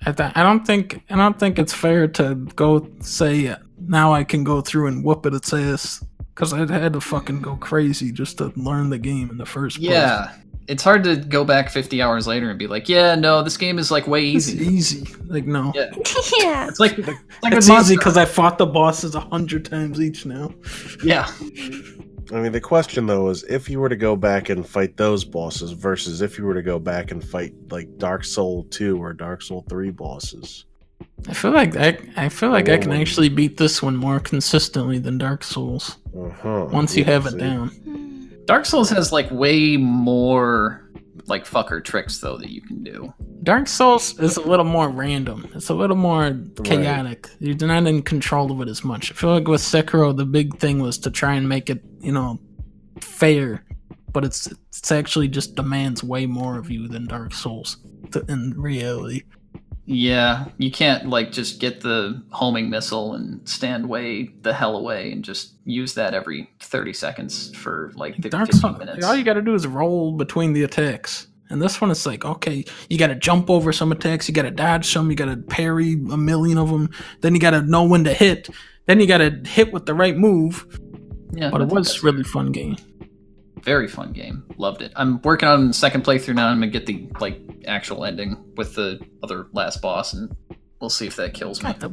[SPEAKER 2] I, th- I don't think I don't think it's fair to go say now I can go through and whoop it its ass because I'd had to fucking go crazy just to learn the game in the first place.
[SPEAKER 5] Yeah, it's hard to go back 50 hours later and be like, yeah, no, this game is like way
[SPEAKER 2] it's
[SPEAKER 5] easy.
[SPEAKER 2] easy. Like no,
[SPEAKER 5] Yeah.
[SPEAKER 4] yeah.
[SPEAKER 5] [LAUGHS] It's like,
[SPEAKER 2] it's
[SPEAKER 5] it's like with
[SPEAKER 2] easy
[SPEAKER 5] Monster
[SPEAKER 2] because I fought the bosses a hundred times each now.
[SPEAKER 5] Yeah.
[SPEAKER 3] I mean, the question though is if you were to go back and fight those bosses versus if you were to go back and fight like Dark Soul 2 or Dark Soul 3 bosses.
[SPEAKER 2] I feel like I, I feel like I can
[SPEAKER 5] Oh.
[SPEAKER 2] actually beat this one more consistently than Dark Souls
[SPEAKER 3] Uh-huh.
[SPEAKER 2] once you
[SPEAKER 3] Yeah,
[SPEAKER 2] have it
[SPEAKER 3] see?
[SPEAKER 2] [LAUGHS] down.
[SPEAKER 5] Dark Souls has like way more like fucker tricks though that you can do.
[SPEAKER 2] Dark Souls is a little more random. It's a little more chaotic. You're not in control of it as much. I feel like with Sekiro, the big thing was to try and make it, you know, fair, but it's it's actually just demands way more of you than Dark Souls th- in reality.
[SPEAKER 5] Yeah, you can't like just get the homing missile and stand way the hell away and just use that every 30 seconds for like the
[SPEAKER 2] Dark
[SPEAKER 5] 15
[SPEAKER 2] Souls,
[SPEAKER 5] minutes.
[SPEAKER 2] all you got to do is roll between the attacks. And this one, it's like, okay, you got to jump over some attacks, you got to dodge some, you got to parry a million of them, then you got to know when to hit, then you got to hit with the right move.
[SPEAKER 5] yeah,
[SPEAKER 2] But
[SPEAKER 5] I
[SPEAKER 2] it
[SPEAKER 5] think
[SPEAKER 2] was
[SPEAKER 5] that's
[SPEAKER 2] really fun game.
[SPEAKER 5] a very fun game. Loved it. I'm working on the second playthrough now. I'm gonna get the like actual ending with the other last boss and we'll see if that kills me.
[SPEAKER 2] Got the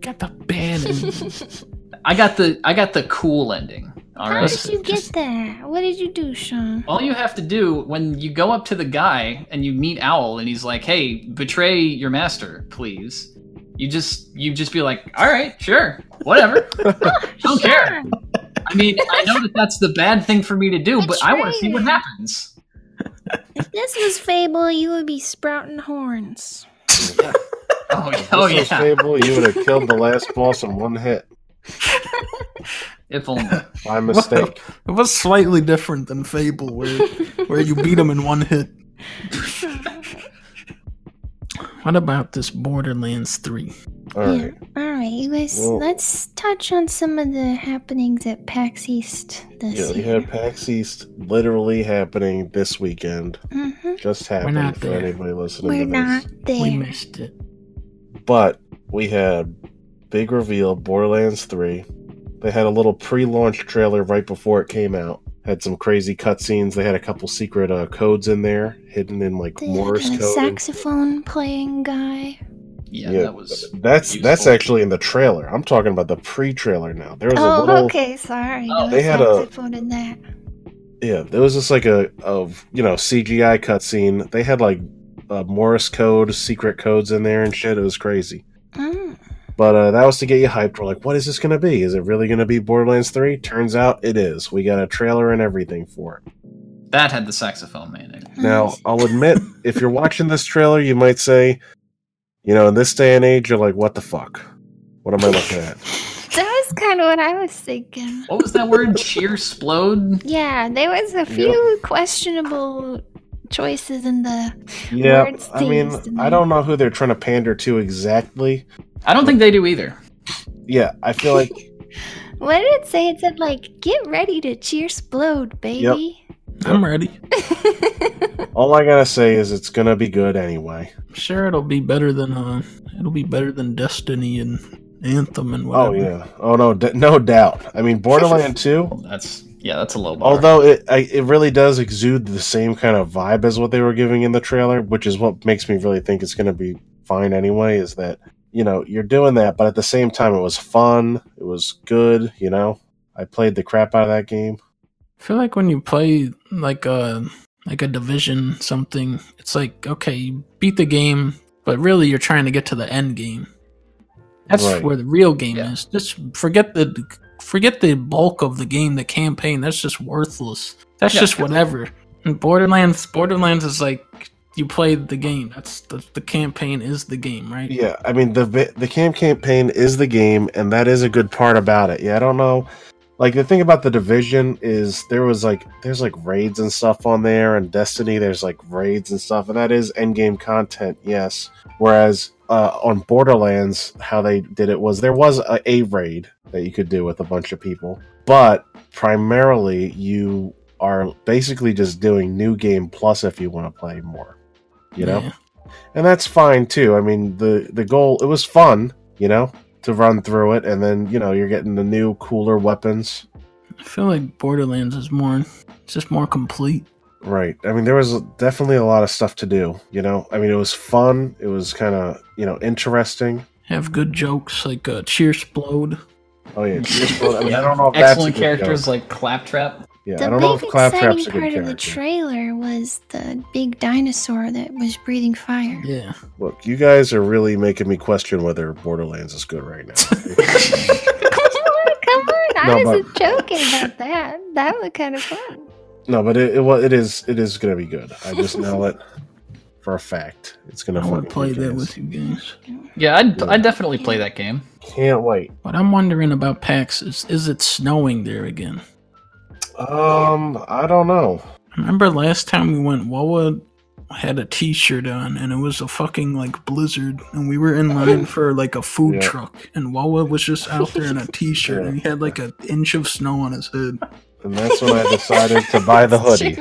[SPEAKER 2] got the bad. [LAUGHS] and-
[SPEAKER 5] I got the I got the cool ending. All
[SPEAKER 4] How
[SPEAKER 5] right.
[SPEAKER 4] did you get that? What did you do, Sean?
[SPEAKER 5] All you have to do when you go up to the guy and you meet Owl and he's like, "Hey, betray your master, please." You just you just be like, "All right, sure, whatever, don't care."
[SPEAKER 4] Sean,
[SPEAKER 5] I mean, I know that that's the bad thing for me to do, but I want to see what
[SPEAKER 4] Betray.
[SPEAKER 5] happens.
[SPEAKER 4] If this was Fable, you would be sprouting horns.
[SPEAKER 5] Oh, yeah,
[SPEAKER 3] If
[SPEAKER 5] oh
[SPEAKER 3] this was
[SPEAKER 5] yeah,
[SPEAKER 3] Fable, you would have killed the last boss in one hit
[SPEAKER 5] if only.
[SPEAKER 2] [LAUGHS]
[SPEAKER 3] by mistake.
[SPEAKER 2] it was slightly different than Fable, where where you beat him in one hit. What about this Borderlands Three?
[SPEAKER 3] All right.
[SPEAKER 4] Yeah. All right, you guys.
[SPEAKER 3] Well-
[SPEAKER 4] let's touch on some of the happenings at PAX East
[SPEAKER 3] Yeah,
[SPEAKER 4] this
[SPEAKER 3] we
[SPEAKER 4] year.
[SPEAKER 3] had PAX East literally happening this weekend.
[SPEAKER 4] hmm
[SPEAKER 3] Just happened
[SPEAKER 2] not
[SPEAKER 3] for
[SPEAKER 2] there.
[SPEAKER 3] anybody listening
[SPEAKER 4] We're
[SPEAKER 3] to this.
[SPEAKER 4] not
[SPEAKER 2] We
[SPEAKER 4] there.
[SPEAKER 2] missed it.
[SPEAKER 3] But we had big reveal Borderlands 3. They had a little pre-launch trailer right before it came out. Had some crazy cutscenes. They had a couple secret uh, codes in there, hidden in like
[SPEAKER 4] They had
[SPEAKER 3] Morse
[SPEAKER 4] a
[SPEAKER 3] code.
[SPEAKER 4] saxophone playing guy.
[SPEAKER 5] Yeah,
[SPEAKER 3] Yeah.
[SPEAKER 5] that was.
[SPEAKER 3] That's that's
[SPEAKER 5] Useful.
[SPEAKER 3] actually in the trailer. I'm talking about the pre-trailer now. There was a
[SPEAKER 4] Oh,
[SPEAKER 3] little
[SPEAKER 4] okay. Sorry.
[SPEAKER 5] Oh,
[SPEAKER 4] no
[SPEAKER 3] they had a-
[SPEAKER 4] saxophone in that.
[SPEAKER 3] yeah. There was just like a of you know CGI cutscene. They had like uh, Morse code, secret codes in there and shit. It was crazy.
[SPEAKER 4] Mm.
[SPEAKER 3] But uh, that was to get you hyped. We're like, what is this going to be? Is it really going to be Borderlands 3? Turns out it is. We got a trailer and everything for it.
[SPEAKER 5] That had the saxophone man in it.
[SPEAKER 3] Now, I'll admit, if you're watching this trailer, you might say, you know, in this day and age, you're like, what the fuck? What am I looking at?
[SPEAKER 4] that was kind of what I was thinking.
[SPEAKER 5] What was that word? [LAUGHS] Cheer splode.
[SPEAKER 4] Yeah, there was a few questionable choices in the.
[SPEAKER 3] Yeah,
[SPEAKER 4] Words
[SPEAKER 3] I mean,
[SPEAKER 4] teased and
[SPEAKER 3] I don't know who they're trying to pander to exactly.
[SPEAKER 5] I don't think they do either.
[SPEAKER 3] Yeah, I feel like,
[SPEAKER 4] What did it say? It said like, "Get ready to cheer splode, baby."
[SPEAKER 2] I'm ready.
[SPEAKER 4] [LAUGHS]
[SPEAKER 3] all I got to say is it's going to be good anyway.
[SPEAKER 2] I'm sure it'll be better than uh, it'll be better than Destiny and Anthem and whatever.
[SPEAKER 3] Oh, yeah. Oh, no, d- no doubt. I mean, Borderlands 2,
[SPEAKER 5] Well, that's yeah, that's a low bar. [LAUGHS]
[SPEAKER 3] Although it I, it really does exude the same kind of vibe as what they were giving in the trailer, which is what makes me really think it's going to be fine anyway. Is that you know you're doing that, but at the same time it was fun, it was good. You know, I played the crap out of that game.
[SPEAKER 2] I feel like when you play like a like a division something, it's like okay, you beat the game, but really you're trying to get to the end game. That's
[SPEAKER 3] Right.
[SPEAKER 2] where the real game
[SPEAKER 5] Yeah.
[SPEAKER 2] is. Just forget the forget the bulk of the game, the campaign. That's just worthless. That's
[SPEAKER 5] Yeah.
[SPEAKER 2] just whatever. And Borderlands, Borderlands is like you played the game. That's the the campaign is the game, right?
[SPEAKER 3] Yeah, I mean the vi- the camp campaign is the game, and that is a good part about it. Yeah, I don't know. Like the thing about the division is there was like there's like raids and stuff on there, and Destiny there's like raids and stuff, and that is end game content. Yes. Whereas uh, on Borderlands, how they did it was there was a, a raid that you could do with a bunch of people, but primarily you are basically just doing new game plus if you want to play more. You know
[SPEAKER 2] Yeah.
[SPEAKER 3] and that's fine too. I mean, the the goal it was fun, you know, to run through it, and then you know you're getting the new cooler weapons.
[SPEAKER 2] I feel like Borderlands is more it's just more complete.
[SPEAKER 3] Right. I mean, there was definitely a lot of stuff to do. You know, I mean, it was fun. It was kind of you know interesting.
[SPEAKER 2] Have good jokes like uh, Cheersplode.
[SPEAKER 3] Oh yeah, Juice WRLD. I mean, I don't
[SPEAKER 2] [LAUGHS]
[SPEAKER 3] know if that's a
[SPEAKER 5] Excellent
[SPEAKER 3] good
[SPEAKER 5] characters
[SPEAKER 3] joke. [LAUGHS]
[SPEAKER 5] like Claptrap.
[SPEAKER 3] Yeah,
[SPEAKER 4] The
[SPEAKER 3] I don't know if
[SPEAKER 4] big exciting
[SPEAKER 3] Claptrap's a
[SPEAKER 4] part
[SPEAKER 3] good
[SPEAKER 4] of the
[SPEAKER 3] character.
[SPEAKER 4] trailer was the big dinosaur that was breathing fire. [LAUGHS]
[SPEAKER 2] Yeah.
[SPEAKER 3] Look, you guys are really making me question whether Borderlands is good right
[SPEAKER 2] [LAUGHS]
[SPEAKER 3] now.
[SPEAKER 4] come on, come on! Oh I
[SPEAKER 3] No,
[SPEAKER 4] wasn't joking about that. That was kind of fun.
[SPEAKER 3] no, but it, it wa- it is it is gonna be good. I just know
[SPEAKER 2] [LAUGHS]
[SPEAKER 3] it for a fact. It's gonna.
[SPEAKER 2] I would
[SPEAKER 3] fucking
[SPEAKER 2] play
[SPEAKER 3] kick
[SPEAKER 2] that
[SPEAKER 3] ass.
[SPEAKER 2] with you guys.
[SPEAKER 5] Yeah, I'd, I'd definitely play that game.
[SPEAKER 3] Can't wait.
[SPEAKER 2] What I'm wondering about PAX is is it snowing there again?
[SPEAKER 3] Um, I don't know.
[SPEAKER 2] I remember last time we went, Wawa had a t shirt on and it was a fucking like blizzard and we were in
[SPEAKER 3] [LAUGHS]
[SPEAKER 2] line for like a food
[SPEAKER 3] Yeah.
[SPEAKER 2] truck and Wawa was just out there in a t shirt and he had like an inch of snow on his head.
[SPEAKER 3] And that's when I decided to buy
[SPEAKER 4] [LAUGHS]
[SPEAKER 3] the hoodie.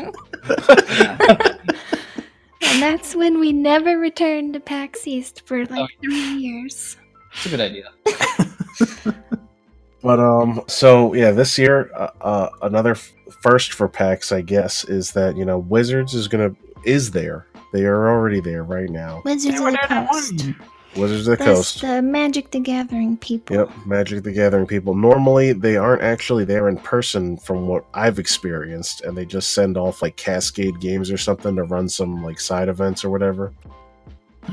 [SPEAKER 4] And that's when we never returned to PAX East for like three years.
[SPEAKER 5] It's a good idea.
[SPEAKER 3] But um, so yeah, this year, uh, uh another f- first for PAX, I guess, is that you know Wizards is gonna is there. They are already there right now.
[SPEAKER 4] Wizards of the Coast.
[SPEAKER 3] Wizards of the
[SPEAKER 4] That's
[SPEAKER 3] Coast.
[SPEAKER 4] the Magic the Gathering people.
[SPEAKER 3] Yep, Magic the Gathering people. Normally, they aren't actually there in person, from what I've experienced, and they just send off like Cascade games or something to run some like side events or whatever,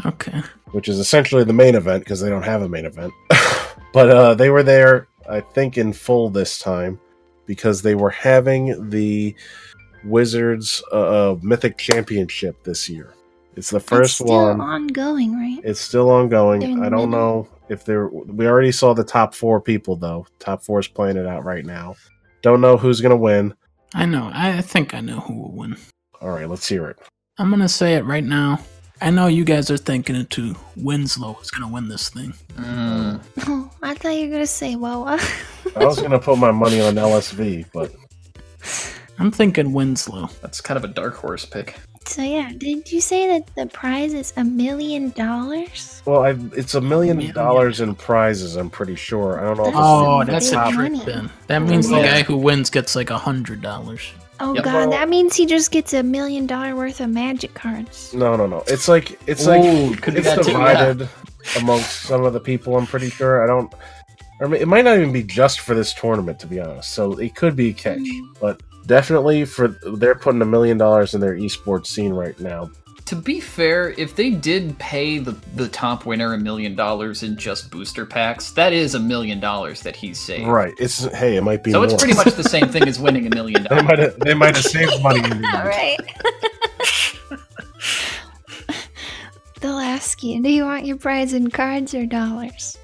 [SPEAKER 2] Okay.
[SPEAKER 3] which is essentially the main event because they don't have a main event. [LAUGHS] but uh, they were there, I think, in full this time because they were having the Wizards uh, uh, Mythic Championship this year. It's the
[SPEAKER 4] That's
[SPEAKER 3] first
[SPEAKER 4] still
[SPEAKER 3] one.
[SPEAKER 4] ongoing, right?
[SPEAKER 3] It's still ongoing.
[SPEAKER 4] They're in the
[SPEAKER 3] I don't
[SPEAKER 4] middle.
[SPEAKER 3] know if they're. We already saw the top four people though. Top four is playing it out right now. Don't know who's gonna win.
[SPEAKER 2] I know. I I think I know who will win.
[SPEAKER 3] All right, let's hear it.
[SPEAKER 2] I'm gonna say it right now. I know you guys are thinking it too. Winslow is gonna win this thing.
[SPEAKER 5] Mm.
[SPEAKER 4] Oh, I thought you were gonna say Wawa. [LAUGHS]
[SPEAKER 3] I was gonna put my money on LSV, but
[SPEAKER 2] I'm thinking Winslow.
[SPEAKER 5] That's kind of a dark horse pick.
[SPEAKER 4] so yeah, did you say that the prize is a million dollars?
[SPEAKER 3] well, I, it's a million
[SPEAKER 2] Million.
[SPEAKER 3] dollars in prizes. I'm pretty sure. I don't know. If it's,
[SPEAKER 2] Oh,
[SPEAKER 4] some
[SPEAKER 2] that's
[SPEAKER 4] big
[SPEAKER 2] a trick
[SPEAKER 4] money.
[SPEAKER 2] then. That means the
[SPEAKER 5] Yeah.
[SPEAKER 2] guy who wins gets like a hundred dollars.
[SPEAKER 4] Oh
[SPEAKER 5] Yep.
[SPEAKER 4] god,
[SPEAKER 3] Well-
[SPEAKER 4] that means he just gets a million dollar worth of magic cards.
[SPEAKER 3] no, no, no. It's like it's like
[SPEAKER 5] Ooh, could be
[SPEAKER 3] it's
[SPEAKER 5] that too,
[SPEAKER 3] divided amongst some of the people. I'm pretty sure. I don't. I mean, it might not even be just for this tournament, to be honest. So it could be a catch,
[SPEAKER 5] Hmm.
[SPEAKER 3] but definitely for they're putting a million dollars in their esports scene right now.
[SPEAKER 5] yeah. To be fair, if they did pay the, the top winner a million dollars in just booster packs, that is a million dollars that he's saved.
[SPEAKER 3] Right? It's hey, it might be.
[SPEAKER 5] So
[SPEAKER 3] more.
[SPEAKER 5] it's pretty much the same thing as winning a
[SPEAKER 3] [LAUGHS]
[SPEAKER 5] million
[SPEAKER 3] they
[SPEAKER 5] dollars.
[SPEAKER 3] might have they might have saved money.
[SPEAKER 5] [LAUGHS]
[SPEAKER 3] In the end.
[SPEAKER 4] Alright. [LAUGHS] They'll ask you, do you want your prize in cards or dollars?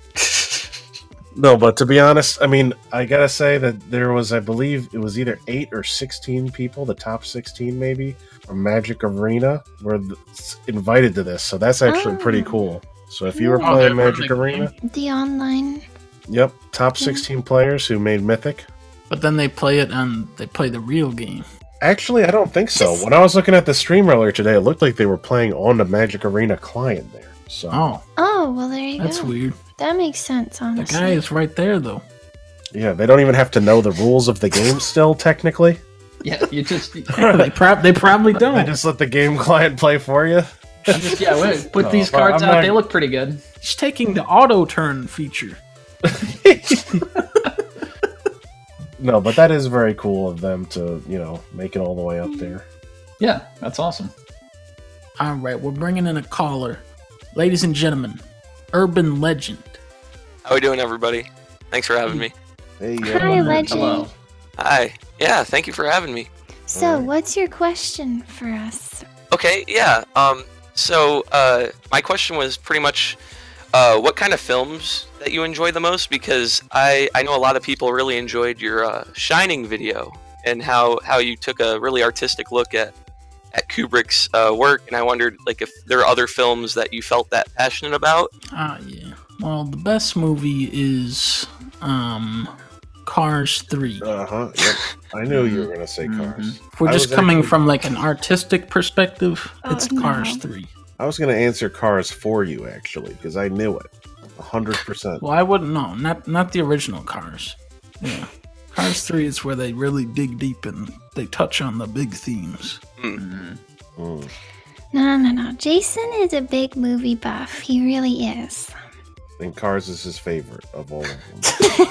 [SPEAKER 3] No, but to be honest, I mean, I gotta say that there was, I believe, it was either eight or sixteen people, the top sixteen maybe, or Magic Arena were th- invited to this. So that's actually pretty
[SPEAKER 4] Oh.
[SPEAKER 3] cool. So if you were
[SPEAKER 4] Cool.
[SPEAKER 2] Ah. Oh,
[SPEAKER 3] playing
[SPEAKER 2] they're
[SPEAKER 3] Magic
[SPEAKER 2] running
[SPEAKER 3] Arena,
[SPEAKER 4] The online
[SPEAKER 3] Yep, top
[SPEAKER 4] Yeah.
[SPEAKER 3] 16 players who made Mythic.
[SPEAKER 2] But then they play it on they play the real game.
[SPEAKER 3] Actually, I don't think so. When I was looking at the stream earlier today, it looked like they were playing on the Magic Arena client there. So
[SPEAKER 2] Oh,
[SPEAKER 4] Oh well there you
[SPEAKER 2] that's
[SPEAKER 4] go.
[SPEAKER 2] weird.
[SPEAKER 4] That makes sense,
[SPEAKER 2] The
[SPEAKER 4] honestly.
[SPEAKER 2] guy is right there though.
[SPEAKER 3] yeah, they don't even have to know the rules of the game still technically.
[SPEAKER 5] yeah, you just, you
[SPEAKER 2] they prob they probably
[SPEAKER 3] They
[SPEAKER 2] don't.
[SPEAKER 3] just let the game [LAUGHS] client play for you.
[SPEAKER 5] just yeah, wait, put
[SPEAKER 3] No,
[SPEAKER 5] these
[SPEAKER 3] but
[SPEAKER 5] cards
[SPEAKER 3] I'm
[SPEAKER 5] out.
[SPEAKER 3] not-
[SPEAKER 5] They look pretty good.
[SPEAKER 2] He's taking the auto turn feature.
[SPEAKER 3] No, but that is very cool of them to, you know, make it all the way up there.
[SPEAKER 5] Yeah, that's awesome.
[SPEAKER 2] All right, we're bringing in a caller, ladies and gentlemen. Urban legend.
[SPEAKER 6] How we doing, everybody? Thanks for having me.
[SPEAKER 3] Hey,
[SPEAKER 4] Hi
[SPEAKER 3] uh,
[SPEAKER 4] legend.
[SPEAKER 5] Hello.
[SPEAKER 6] Hi. Yeah, thank you for having me.
[SPEAKER 4] So what's your question for us?
[SPEAKER 6] Okay, yeah. Um, so uh, my question was pretty much uh, what kind of films that you enjoy the most? Because I, I know a lot of people really enjoyed your uh, Shining video and how, how you took a really artistic look at, at Kubrick's uh, work. And I wondered like if there are other films that you felt that passionate about.
[SPEAKER 2] Ah, yeah. Well, the best movie is um Cars 3.
[SPEAKER 3] uh-huh. Yep. I knew you were going to say cars.
[SPEAKER 2] If we're
[SPEAKER 3] I
[SPEAKER 2] just
[SPEAKER 3] was
[SPEAKER 2] coming
[SPEAKER 3] actually-
[SPEAKER 2] from like an artistic perspective,
[SPEAKER 4] Oh,
[SPEAKER 2] it's
[SPEAKER 4] no.
[SPEAKER 2] Cars 3.
[SPEAKER 3] I was going to answer cars for you actually because I knew it. 100%.
[SPEAKER 2] Well, I wouldn't know. Not not the original Cars. Yeah. Cars 3 is where they really dig deep and they touch on the big themes.
[SPEAKER 3] Mm.
[SPEAKER 2] [LAUGHS]
[SPEAKER 4] No no no no. Jason is a big movie buff. He really is.
[SPEAKER 3] and Cars is his favorite of all of them.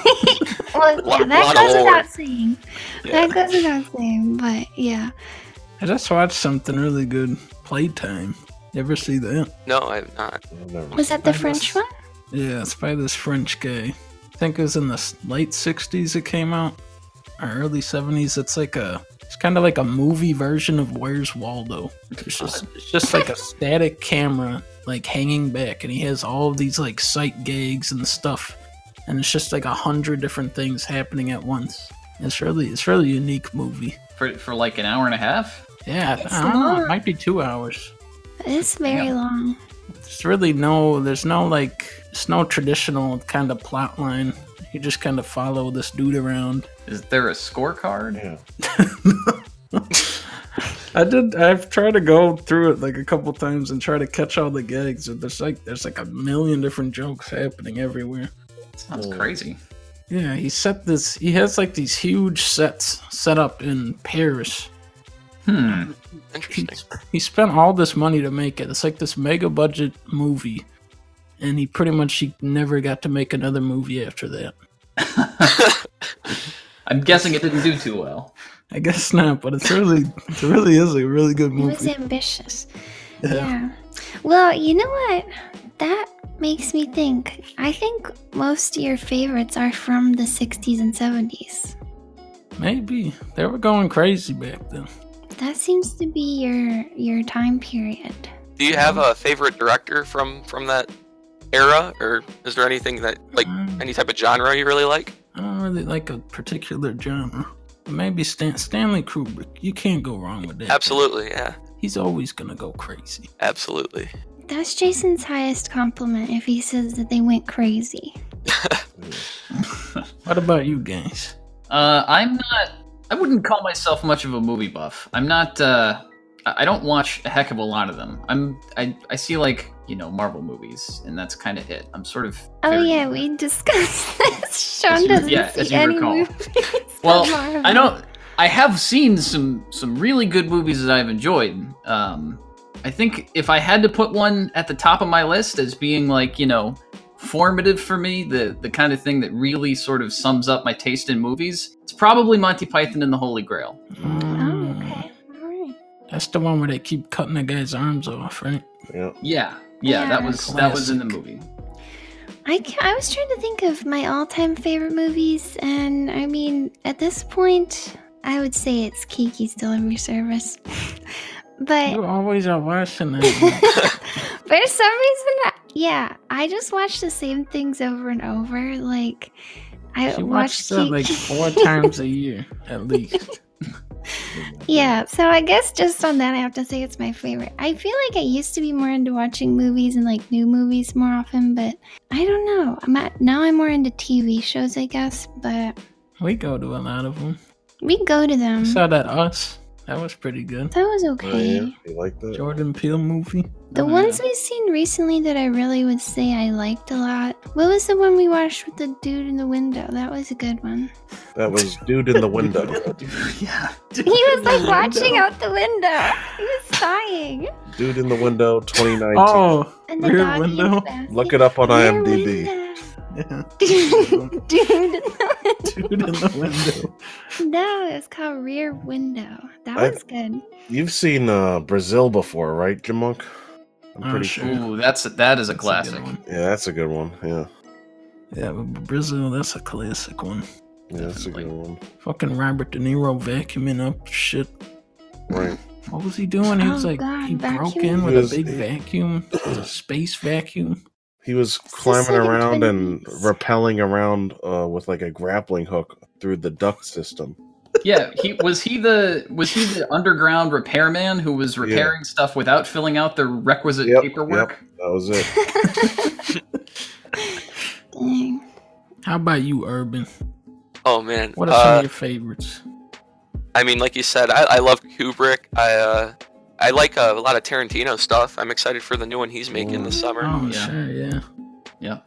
[SPEAKER 4] Well,
[SPEAKER 6] Lot-
[SPEAKER 4] yeah, that
[SPEAKER 6] lot of
[SPEAKER 4] goes
[SPEAKER 6] lore.
[SPEAKER 4] without saying.
[SPEAKER 6] Yeah.
[SPEAKER 4] That goes without saying, but yeah.
[SPEAKER 2] I just watched something really good. Playtime. You ever see that?
[SPEAKER 6] No, I've not.
[SPEAKER 3] I'll never-
[SPEAKER 4] Was that the
[SPEAKER 2] That
[SPEAKER 4] French
[SPEAKER 2] was-
[SPEAKER 4] one?
[SPEAKER 2] Yeah, it's by this French guy. I think it was in the s- late 60s it came out, or early 70s. It's like a, it's kind of like a movie version of Where's Waldo. It's just, it's just like a static camera, like hanging back, and he has all of these like sight gags and stuff, and it's just like a hundred different things happening at once. It's really, it's really unique movie.
[SPEAKER 5] for for like an hour and a half.
[SPEAKER 2] Yeah,
[SPEAKER 4] That's
[SPEAKER 2] I don't know,
[SPEAKER 4] long.
[SPEAKER 2] it might be two hours.
[SPEAKER 4] It's very
[SPEAKER 5] Yeah.
[SPEAKER 4] long.
[SPEAKER 2] there's really no there's no like it's no traditional kind of plot line you just kind of follow this dude around
[SPEAKER 5] Is there a scorecard?
[SPEAKER 3] Yeah.
[SPEAKER 2] i did i've tried to go through it like a couple times and try to catch all the gags and there's like there's like a million different jokes happening everywhere
[SPEAKER 5] Sounds
[SPEAKER 3] Well,
[SPEAKER 5] crazy.
[SPEAKER 2] yeah he set this he has like these huge sets set up in paris
[SPEAKER 5] Hmm.
[SPEAKER 2] he,
[SPEAKER 6] Interesting.
[SPEAKER 2] he spent all this money to make it it's like this mega budget movie and he pretty much he never got to make another movie after that
[SPEAKER 5] I'm guessing it didn't do too well.
[SPEAKER 2] [LAUGHS] I guess not, but it's really, it really is a really good
[SPEAKER 4] It was
[SPEAKER 2] movie.
[SPEAKER 4] ambitious.
[SPEAKER 2] Yeah.
[SPEAKER 4] Yeah. Well, you know what? That makes me think. I think most of your favorites are from the 60s and 70s.
[SPEAKER 2] Maybe they were going crazy back then.
[SPEAKER 4] That seems to be your your time period.
[SPEAKER 6] Do you
[SPEAKER 2] Mm-hmm.
[SPEAKER 6] have a favorite director from from that era, or is there anything that like
[SPEAKER 2] Um,
[SPEAKER 6] any type of genre you really like?
[SPEAKER 2] I don't really like a particular genre. Maybe Stan- Stanley Kubrick. You can't go wrong with that.
[SPEAKER 6] Absolutely, yeah,
[SPEAKER 2] He's always gonna go crazy.
[SPEAKER 6] absolutely.
[SPEAKER 4] That's Jason's highest compliment if he says that they went crazy.
[SPEAKER 2] What about you guys?
[SPEAKER 5] Uh, I'm not. I wouldn't call myself much of a movie buff. I'm not. Uh, I I don't watch a heck of a lot of them. I'm. I, I see like you know Marvel movies, and that's kind of it. I'm sort of.
[SPEAKER 4] Oh
[SPEAKER 5] very-
[SPEAKER 4] yeah, we discussed [LAUGHS] this. Sean
[SPEAKER 5] you-
[SPEAKER 4] doesn't
[SPEAKER 5] yeah, as
[SPEAKER 4] see
[SPEAKER 5] you
[SPEAKER 4] any
[SPEAKER 5] recall.
[SPEAKER 4] movies.
[SPEAKER 5] Well,
[SPEAKER 4] from Marvel.
[SPEAKER 5] I don't. I have seen some some really good movies that I've enjoyed. Um, I think if I had to put one at the top of my list as being like you know formative for me, the the kind of thing that really sort of sums up my taste in movies, it's probably Monty Python and the Holy Grail.
[SPEAKER 4] Oh,
[SPEAKER 2] Mm,
[SPEAKER 4] okay. All right.
[SPEAKER 2] That's the one where they keep cutting the guy's arms off, right?
[SPEAKER 3] Yeah.
[SPEAKER 5] Yeah, yeah, that
[SPEAKER 4] Yeah.
[SPEAKER 5] was that was in the
[SPEAKER 2] Classic.
[SPEAKER 5] movie.
[SPEAKER 4] I, ca- I was trying to think of my all time favorite movies, and I mean, at this point, I would say it's Kiki's Delivery Service. [LAUGHS] but
[SPEAKER 2] You always are watching
[SPEAKER 4] [LAUGHS]
[SPEAKER 2] that.
[SPEAKER 4] for some reason, yeah, I just watch the same things over and over. Like, I
[SPEAKER 2] She watches
[SPEAKER 4] watched
[SPEAKER 2] that like
[SPEAKER 4] Kiki- [LAUGHS]
[SPEAKER 2] four times a year at least.
[SPEAKER 4] Yeah, so I guess just on that, I have to say it's my favorite. I feel like I used to be more into watching movies and like new movies more often, but I don't know. I'm at, now I'm more into TV shows, I guess, but
[SPEAKER 2] We go to a lot of them.
[SPEAKER 4] we go to them.
[SPEAKER 2] I saw that Us. That was pretty good.
[SPEAKER 4] That was
[SPEAKER 3] Oh,
[SPEAKER 4] okay.
[SPEAKER 3] yeah. You like that?
[SPEAKER 2] Jordan Peele [LAUGHS] movie.
[SPEAKER 4] The
[SPEAKER 5] Oh,
[SPEAKER 4] ones we've seen recently that I really would say I liked a lot. What was the one we watched with the dude in the window? That was a good one.
[SPEAKER 3] That was dude in the window.
[SPEAKER 5] yeah.
[SPEAKER 4] He was like
[SPEAKER 2] [LAUGHS]
[SPEAKER 4] watching out the window. He was sighing.
[SPEAKER 3] Dude in the window 2019.
[SPEAKER 2] Oh,
[SPEAKER 4] And the
[SPEAKER 2] Rear
[SPEAKER 4] dog
[SPEAKER 2] Window?
[SPEAKER 3] Look it up on IMDb.
[SPEAKER 2] yeah.
[SPEAKER 4] Dude, [LAUGHS] dude. in the window.
[SPEAKER 2] dude in the window.
[SPEAKER 4] No, it was called Rear Window. That
[SPEAKER 3] I-
[SPEAKER 4] was good.
[SPEAKER 3] You've seen uh, Brazil before, right, Jamunk? I'm
[SPEAKER 2] Oh,
[SPEAKER 3] pretty
[SPEAKER 2] sure.
[SPEAKER 5] Ooh, that's a, that is a classic.
[SPEAKER 3] Yeah, that's a good one. Yeah.
[SPEAKER 2] Yeah, but Brazil, that's a classic one.
[SPEAKER 3] Yeah, that's a
[SPEAKER 5] Definitely.
[SPEAKER 3] good one.
[SPEAKER 2] Fucking Robert De Niro vacuuming up shit.
[SPEAKER 3] Right.
[SPEAKER 2] What was he doing? He was
[SPEAKER 4] Oh,
[SPEAKER 2] like,
[SPEAKER 4] God,
[SPEAKER 2] he broke
[SPEAKER 4] vacuum?
[SPEAKER 2] in with
[SPEAKER 3] He was-
[SPEAKER 2] a big vacuum, It was a space vacuum.
[SPEAKER 3] He was
[SPEAKER 4] Is this
[SPEAKER 3] climbing
[SPEAKER 4] like in
[SPEAKER 3] around
[SPEAKER 4] Twin
[SPEAKER 3] and
[SPEAKER 4] Peaks?
[SPEAKER 3] rappelling around uh, with like a grappling hook through the duct system.
[SPEAKER 5] [LAUGHS] Yeah, he was he the was he the underground repairman who was repairing stuff without filling out the requisite
[SPEAKER 3] Yep,
[SPEAKER 5] paperwork?
[SPEAKER 3] That was it.
[SPEAKER 4] [LAUGHS] Dang.
[SPEAKER 2] How about you, Urban?
[SPEAKER 6] Oh man,
[SPEAKER 2] What are some
[SPEAKER 6] uh,
[SPEAKER 2] of your favorites?
[SPEAKER 6] I mean, like you said, I, I love Kubrick. I uh, I like uh, a lot of Tarantino stuff. I'm excited for the new one he's making this summer.
[SPEAKER 2] Oh,
[SPEAKER 5] yeah.
[SPEAKER 2] sure, yeah.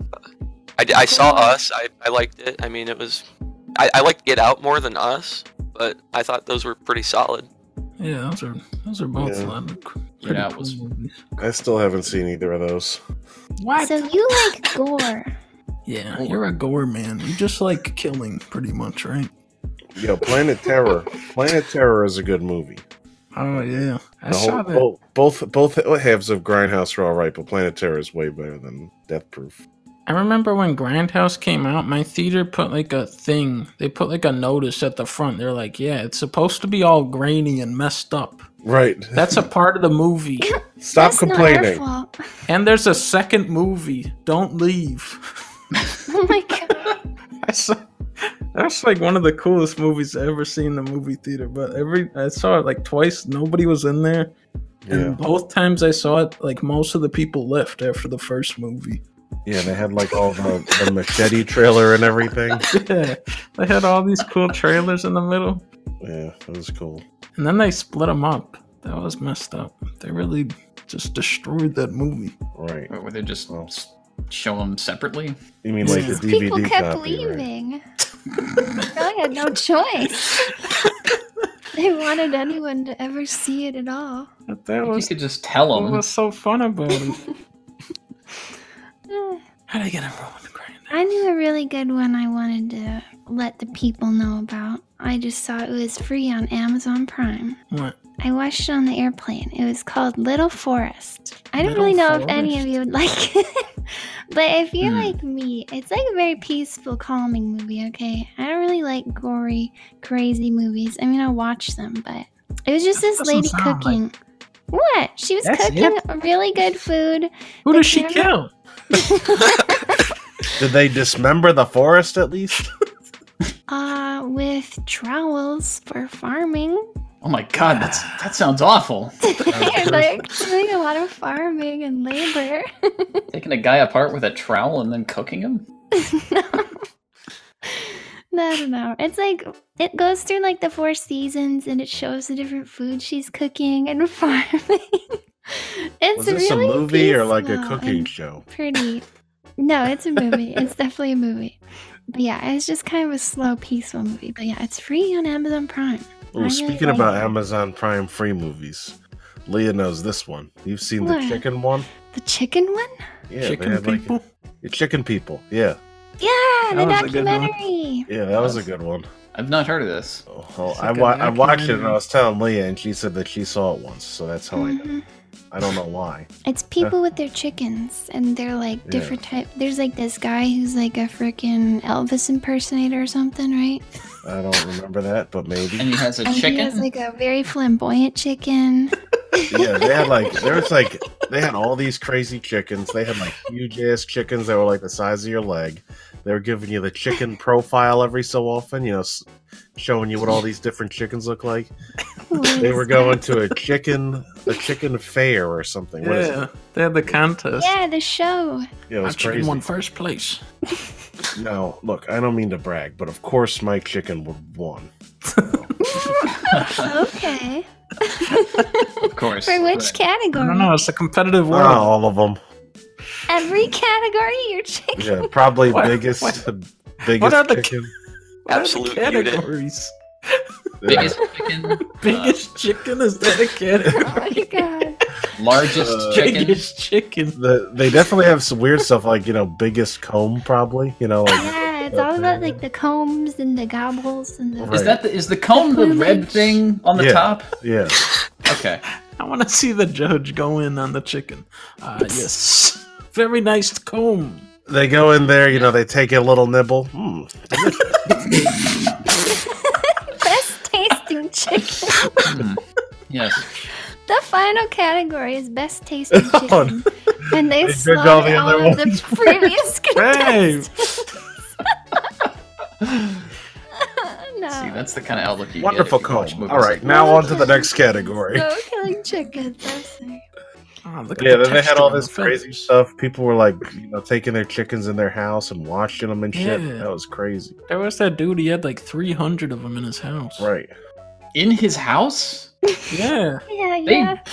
[SPEAKER 6] I, d- I saw Us. I, I liked it. I mean, it was. I, I liked Get Out more than Us, but I thought those were pretty solid.
[SPEAKER 2] Yeah, those are, those are both
[SPEAKER 3] Yeah.
[SPEAKER 2] a lot of c-
[SPEAKER 5] Yeah,
[SPEAKER 2] pretty
[SPEAKER 5] it was-
[SPEAKER 2] cool movies.
[SPEAKER 3] I still haven't seen either of those.
[SPEAKER 2] What?
[SPEAKER 4] So you like gore.
[SPEAKER 2] yeah, you're a gore man. You just like killing, pretty much, right?
[SPEAKER 3] Yo, Planet Terror. Planet Terror is a good movie.
[SPEAKER 2] Oh yeah, I
[SPEAKER 3] The
[SPEAKER 2] saw
[SPEAKER 3] whole-
[SPEAKER 2] that.
[SPEAKER 3] both, both both halves of Grindhouse are all right, but Planet Terror is way better than Death Proof.
[SPEAKER 2] I remember when Grindhouse came out, my theater put like a thing. They put like a notice at the front. They're like, "Yeah, it's supposed to be all grainy and messed up.
[SPEAKER 3] Right. [LAUGHS]
[SPEAKER 2] That's a part of the movie."
[SPEAKER 3] Stop
[SPEAKER 4] That's
[SPEAKER 3] complaining.
[SPEAKER 4] Not our fault. [LAUGHS]
[SPEAKER 2] And there's a second movie. Don't leave. [LAUGHS]
[SPEAKER 4] Oh my
[SPEAKER 3] [LAUGHS]
[SPEAKER 4] god.
[SPEAKER 2] I saw, that's like one of the coolest movies I ever seen in the movie theater. But every I saw it like twice. Nobody was in there,
[SPEAKER 3] Yeah.
[SPEAKER 2] and both times I saw it, like most of the people left after the first movie. [LAUGHS]
[SPEAKER 3] Yeah, they had like all the,
[SPEAKER 4] [LAUGHS]
[SPEAKER 3] the machete trailer and everything.
[SPEAKER 2] Yeah, they had all these cool trailers in the middle,
[SPEAKER 3] Yeah, that was cool.
[SPEAKER 2] and then they split them up. That was messed up. They really just destroyed that movie.
[SPEAKER 3] Right.
[SPEAKER 5] Or would they just
[SPEAKER 3] Well.
[SPEAKER 5] s- show them separately?
[SPEAKER 3] You mean like the
[SPEAKER 2] These
[SPEAKER 3] DVD
[SPEAKER 4] People kept
[SPEAKER 3] copy, right?
[SPEAKER 4] leaving. Really had no
[SPEAKER 3] [LAUGHS]
[SPEAKER 4] choice. they wanted anyone to ever see it
[SPEAKER 3] [LAUGHS]
[SPEAKER 4] at all.
[SPEAKER 2] But that
[SPEAKER 5] You
[SPEAKER 2] was
[SPEAKER 5] could just tell
[SPEAKER 2] what
[SPEAKER 5] them.
[SPEAKER 2] was so fun about it.
[SPEAKER 4] Eh,
[SPEAKER 2] How did I get everyone to grind?
[SPEAKER 4] I knew a really good one I wanted to let the people know about. I just saw it was free on Amazon Prime.
[SPEAKER 2] What?
[SPEAKER 4] I watched it on the airplane. It was called Little Forest. I don't
[SPEAKER 2] Little
[SPEAKER 4] really know if any of
[SPEAKER 2] Forest?
[SPEAKER 4] you would [LAUGHS] like it. but if you're
[SPEAKER 5] Hmm.
[SPEAKER 4] like me, it's like a very peaceful, calming movie, okay? I don't really like gory, crazy movies. I mean, I'll watch them, but it was just this
[SPEAKER 2] doesn't
[SPEAKER 4] lady
[SPEAKER 2] sound like-
[SPEAKER 4] cooking. What? She was
[SPEAKER 2] That's
[SPEAKER 4] cooking really good food.
[SPEAKER 2] Who
[SPEAKER 4] The
[SPEAKER 2] does she
[SPEAKER 4] camera-
[SPEAKER 2] kill?
[SPEAKER 3] Did they dismember the forest at least?
[SPEAKER 4] Uh, with trowels for farming.
[SPEAKER 5] Oh my god, that's, that sounds awful.
[SPEAKER 4] [LAUGHS] They're like doing a lot of farming and labor. [LAUGHS]
[SPEAKER 5] Taking a guy apart with a trowel and then cooking him?
[SPEAKER 4] no. No, no, no. It's like it goes through like the four seasons and it shows the different food she's cooking and [LAUGHS] farming. [LAUGHS] it's
[SPEAKER 3] was this
[SPEAKER 4] really
[SPEAKER 3] a movie or like a
[SPEAKER 4] peaceful
[SPEAKER 3] cooking
[SPEAKER 4] and
[SPEAKER 3] show?
[SPEAKER 4] Pretty. No, it's a movie. it's definitely a movie. But yeah, it's just kind of a slow, peaceful movie. But yeah, it's free on Amazon Prime. I
[SPEAKER 3] Ooh,
[SPEAKER 4] really
[SPEAKER 3] speaking
[SPEAKER 4] like
[SPEAKER 3] about
[SPEAKER 4] it.
[SPEAKER 3] Amazon Prime free movies, Leah knows this one. You've seen the
[SPEAKER 4] What?
[SPEAKER 3] chicken one?
[SPEAKER 4] The chicken one?
[SPEAKER 3] Yeah, they
[SPEAKER 2] Chicken
[SPEAKER 3] had, like,
[SPEAKER 2] people.
[SPEAKER 3] a- chicken people. Yeah,
[SPEAKER 4] Yeah,
[SPEAKER 2] was a
[SPEAKER 4] the
[SPEAKER 2] good one.
[SPEAKER 4] documentary.
[SPEAKER 3] yeah, that was a good one.
[SPEAKER 5] I've not heard of this.
[SPEAKER 3] Oh, oh,
[SPEAKER 2] It's
[SPEAKER 3] I,
[SPEAKER 2] like a
[SPEAKER 3] wa- I watched it and I
[SPEAKER 2] documentary.
[SPEAKER 3] was telling Leah, and she said that she saw it once, so that's how I know.
[SPEAKER 4] Mhm.
[SPEAKER 3] I don't know why.
[SPEAKER 4] It's people with their chickens, and they're like
[SPEAKER 3] Yeah.
[SPEAKER 4] different type. There's like this guy who's like a freaking Elvis impersonator or something, right?
[SPEAKER 3] I don't remember that, but
[SPEAKER 5] And
[SPEAKER 3] maybe.
[SPEAKER 5] he has a
[SPEAKER 4] And he
[SPEAKER 5] chicken?
[SPEAKER 4] has like a very flamboyant
[SPEAKER 5] [LAUGHS]
[SPEAKER 4] chicken.
[SPEAKER 3] Yeah, they had like there was like they had all these crazy chickens. They had like huge ass chickens that were like the size of your leg. They were giving you the chicken profile every so often, you know, s- showing you what all these different chickens look like. They were going to a chicken a chicken fair or something. What is
[SPEAKER 2] Yeah,
[SPEAKER 3] it?
[SPEAKER 2] they had the contest.
[SPEAKER 4] Yeah, the show.
[SPEAKER 3] Yeah, it
[SPEAKER 2] My
[SPEAKER 3] was
[SPEAKER 2] chicken
[SPEAKER 3] crazy.
[SPEAKER 2] won first place.
[SPEAKER 3] Now, look, I don't mean to brag, but of course my chicken would won.
[SPEAKER 4] Okay.
[SPEAKER 5] of course.
[SPEAKER 4] For which
[SPEAKER 5] Right.
[SPEAKER 4] category?
[SPEAKER 2] I don't know. It's a competitive
[SPEAKER 3] Not
[SPEAKER 2] world.
[SPEAKER 3] all of them.
[SPEAKER 4] Every category your chicken. [LAUGHS]
[SPEAKER 3] Yeah, probably
[SPEAKER 2] What-
[SPEAKER 3] biggest
[SPEAKER 2] what-
[SPEAKER 3] biggest
[SPEAKER 2] what are the-
[SPEAKER 3] chicken.
[SPEAKER 2] What are the
[SPEAKER 6] Absolute unit.
[SPEAKER 2] categories.
[SPEAKER 3] Yeah.
[SPEAKER 5] Biggest chicken,
[SPEAKER 2] Biggest chicken is that a [LAUGHS] category?
[SPEAKER 4] Oh my god.
[SPEAKER 5] largest
[SPEAKER 3] Uh,
[SPEAKER 5] chicken.
[SPEAKER 2] Biggest chicken.
[SPEAKER 3] The, they definitely have some weird stuff like you know biggest comb probably you know like
[SPEAKER 4] Yeah, it's all about like the combs and the gobbles and the.
[SPEAKER 3] Right.
[SPEAKER 5] Is that the, is the comb the red
[SPEAKER 4] plumage.
[SPEAKER 5] thing on the
[SPEAKER 3] Yeah.
[SPEAKER 5] top?
[SPEAKER 3] yeah
[SPEAKER 5] Okay.
[SPEAKER 2] I want to see the judge go in on the chicken. Ah, [LAUGHS] yes. Very nice comb.
[SPEAKER 3] they go in there you know they take a little nibble hmm.
[SPEAKER 4] [LAUGHS] Best tasting chicken.
[SPEAKER 5] Yes.
[SPEAKER 4] The final category is best tasting chicken, and they,
[SPEAKER 3] They judge
[SPEAKER 4] slaughtered
[SPEAKER 3] all
[SPEAKER 4] all,
[SPEAKER 3] the other
[SPEAKER 4] of the previous
[SPEAKER 2] Hey,
[SPEAKER 4] contestants. [LAUGHS]
[SPEAKER 2] [LAUGHS]
[SPEAKER 4] no,
[SPEAKER 5] See, that's the kind of outlook you
[SPEAKER 3] wonderful
[SPEAKER 5] get. if you watch
[SPEAKER 3] comb
[SPEAKER 5] movies
[SPEAKER 3] all right
[SPEAKER 5] like
[SPEAKER 3] now
[SPEAKER 4] that.
[SPEAKER 3] on to the next category
[SPEAKER 4] no killing chickens. I'm sorry.
[SPEAKER 2] Ah, look at
[SPEAKER 3] yeah
[SPEAKER 2] the
[SPEAKER 3] then they had
[SPEAKER 2] texture
[SPEAKER 3] all
[SPEAKER 2] on the
[SPEAKER 3] this
[SPEAKER 2] fin.
[SPEAKER 3] crazy stuff people were like you know taking their chickens in their house and washing them and shit
[SPEAKER 2] Yeah.
[SPEAKER 3] that was crazy
[SPEAKER 2] There was that dude. He had like 300 of them in his house.
[SPEAKER 3] right
[SPEAKER 5] In his house?
[SPEAKER 2] Yeah.
[SPEAKER 4] Yeah,
[SPEAKER 5] They,
[SPEAKER 4] yeah.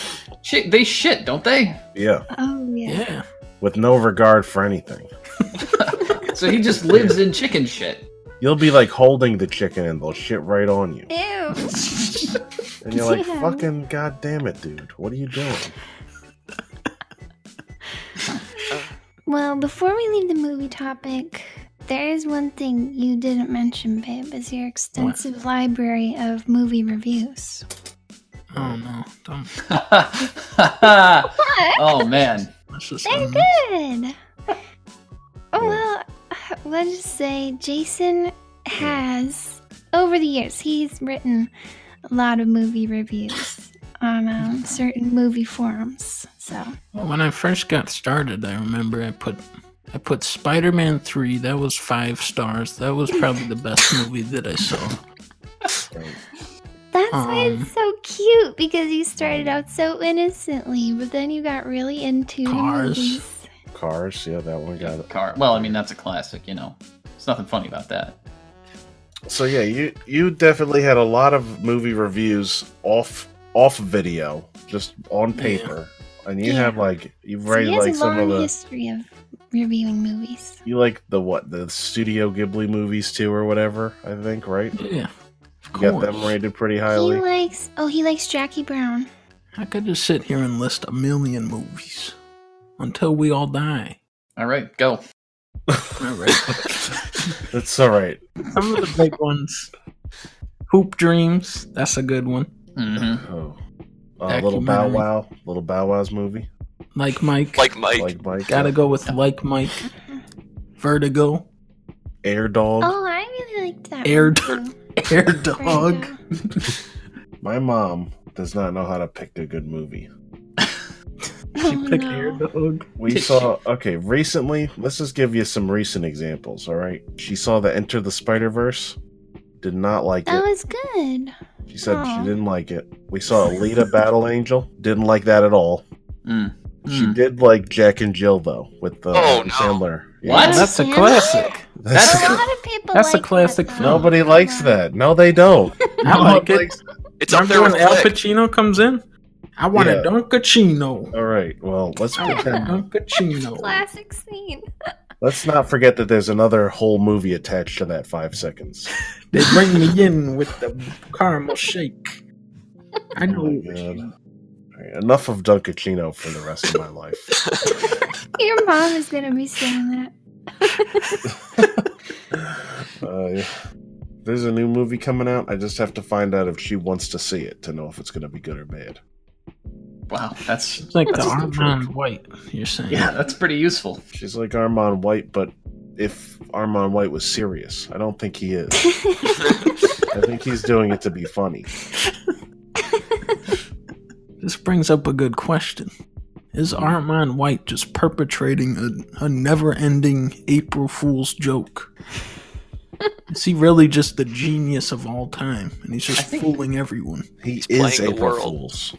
[SPEAKER 5] shit, they shit, don't they?
[SPEAKER 3] yeah
[SPEAKER 4] Oh yeah.
[SPEAKER 2] Yeah.
[SPEAKER 3] with no regard for anything
[SPEAKER 5] So he just lives in chicken shit. [LAUGHS]
[SPEAKER 3] you'll be like holding the chicken and they'll shit right on you
[SPEAKER 4] Ew.
[SPEAKER 3] and you're
[SPEAKER 2] [LAUGHS]
[SPEAKER 3] like
[SPEAKER 4] Yeah.
[SPEAKER 3] fucking god damn it dude what are you doing
[SPEAKER 4] Well, before we leave the movie topic, there is one thing you didn't mention, babe, is your extensive library of movie reviews.
[SPEAKER 2] Oh no, don't.
[SPEAKER 5] oh
[SPEAKER 4] What?
[SPEAKER 5] man.
[SPEAKER 2] That's just
[SPEAKER 4] They're
[SPEAKER 3] [LAUGHS]
[SPEAKER 4] good. oh well, [SIGHS] let's just say Jason has over the years he's written a lot of movie reviews on
[SPEAKER 3] Mm-hmm.
[SPEAKER 4] um, certain movie forums. So
[SPEAKER 2] Well, when I first got started, I remember I put I put Spider-Man three. That was five stars. That was probably the [LAUGHS] best movie that I saw.
[SPEAKER 4] that's why
[SPEAKER 2] Um.
[SPEAKER 4] it's so cute because you started out so innocently, but then you got really into the
[SPEAKER 2] Cars.
[SPEAKER 4] movies.
[SPEAKER 3] Cars, yeah, that one got it.
[SPEAKER 5] Car. Well, I mean that's a classic, you know. There's nothing funny about that.
[SPEAKER 3] So yeah, you you definitely had a lot of movie reviews off off video, just on
[SPEAKER 2] Yeah.
[SPEAKER 3] paper, and you
[SPEAKER 4] Yeah.
[SPEAKER 3] have like you
[SPEAKER 4] So
[SPEAKER 3] write
[SPEAKER 4] he
[SPEAKER 3] like
[SPEAKER 4] has a
[SPEAKER 3] some of
[SPEAKER 4] long
[SPEAKER 3] the
[SPEAKER 4] history of reviewing movies.
[SPEAKER 3] you like the what the Studio Ghibli movies too or whatever I think right.
[SPEAKER 2] Yeah, of
[SPEAKER 3] You got them
[SPEAKER 2] course.
[SPEAKER 3] rated pretty
[SPEAKER 4] He
[SPEAKER 3] highly.
[SPEAKER 4] likes oh he likes Jackie Brown.
[SPEAKER 2] I could just sit here and list a million movies until we all die.
[SPEAKER 5] All right, go.
[SPEAKER 3] [LAUGHS]
[SPEAKER 2] All right.
[SPEAKER 5] [LAUGHS]
[SPEAKER 3] That's all right.
[SPEAKER 2] Some of the [LAUGHS] big ones. Hoop Dreams. That's a good one.
[SPEAKER 5] hmm
[SPEAKER 4] Mm-hmm.
[SPEAKER 3] Oh. Uh, little Bow
[SPEAKER 2] Documentary.
[SPEAKER 3] Wow, little Bow Wow's movie,
[SPEAKER 2] Like Mike.
[SPEAKER 6] Like Mike.
[SPEAKER 3] like Mike,
[SPEAKER 2] Gotta
[SPEAKER 3] uh,
[SPEAKER 2] go with Like Mike.
[SPEAKER 3] Oh.
[SPEAKER 2] Vertigo.
[SPEAKER 3] Air Dog.
[SPEAKER 4] Oh, I really liked that.
[SPEAKER 2] Air
[SPEAKER 4] one,
[SPEAKER 2] Dog.
[SPEAKER 4] too.
[SPEAKER 2] Air Dog.
[SPEAKER 4] Vertigo.
[SPEAKER 3] My mom does not know how to pick a good movie.
[SPEAKER 2] She
[SPEAKER 4] Oh,
[SPEAKER 2] picked
[SPEAKER 4] no.
[SPEAKER 2] Air Dog.
[SPEAKER 3] We saw okay recently. Let's just give you some recent examples. All right, she saw the Enter the Spider Verse, did not like
[SPEAKER 4] That
[SPEAKER 3] it.
[SPEAKER 4] was good.
[SPEAKER 3] She said
[SPEAKER 4] Oh, Aw.
[SPEAKER 3] she didn't like it. We saw Alita Battle Angel, didn't like that at all.
[SPEAKER 5] Mm.
[SPEAKER 3] She
[SPEAKER 5] Mm.
[SPEAKER 3] did like Jack and Jill though with the
[SPEAKER 6] Oh,
[SPEAKER 3] Adam
[SPEAKER 6] no.
[SPEAKER 3] Sandler.
[SPEAKER 5] What?
[SPEAKER 2] Oh, that's a [LAUGHS] classic.
[SPEAKER 3] That's- [LAUGHS]
[SPEAKER 5] That's-
[SPEAKER 4] A lot of people.
[SPEAKER 2] That's a
[SPEAKER 4] like
[SPEAKER 2] classic
[SPEAKER 4] that, though.
[SPEAKER 2] film.
[SPEAKER 3] Nobody likes that. No, they don't.
[SPEAKER 2] I like it.
[SPEAKER 6] It's up
[SPEAKER 2] Remember
[SPEAKER 6] there
[SPEAKER 2] when
[SPEAKER 6] with
[SPEAKER 2] Al
[SPEAKER 6] Click.
[SPEAKER 2] Pacino comes in? I want
[SPEAKER 3] Yeah.
[SPEAKER 2] a Dunkachino.
[SPEAKER 3] All right. Well, let's pretend.
[SPEAKER 2] Dunkachino.
[SPEAKER 4] Classic scene.
[SPEAKER 3] let's not forget that there's another whole movie attached to that five seconds.
[SPEAKER 2] they bring me in with the caramel shake. I
[SPEAKER 3] Oh
[SPEAKER 2] know.
[SPEAKER 3] my God. All right, enough of Dunkachino for the rest of my life.
[SPEAKER 4] Your mom is gonna be saying that.
[SPEAKER 3] Uh, yeah. There's a new movie coming out. I just have to find out if she wants to see it to know if it's going to be good or bad.
[SPEAKER 5] Wow, that's
[SPEAKER 2] It's like
[SPEAKER 5] That's
[SPEAKER 2] the
[SPEAKER 5] the truth.
[SPEAKER 2] Armand White, you're saying.
[SPEAKER 5] yeah, that's pretty useful.
[SPEAKER 3] She's like Armand White, but if Armand White was serious, I don't think he is.
[SPEAKER 4] [LAUGHS]
[SPEAKER 3] I think he's doing it to be funny.
[SPEAKER 2] This brings up a good question. Is Armand White just perpetrating a, a never ending April Fool's joke? Is he really just the genius of all time and he's
[SPEAKER 5] I
[SPEAKER 2] just
[SPEAKER 5] think-
[SPEAKER 2] fooling everyone?
[SPEAKER 3] He
[SPEAKER 6] playing
[SPEAKER 3] is
[SPEAKER 6] the
[SPEAKER 3] April
[SPEAKER 6] world.
[SPEAKER 3] Fools.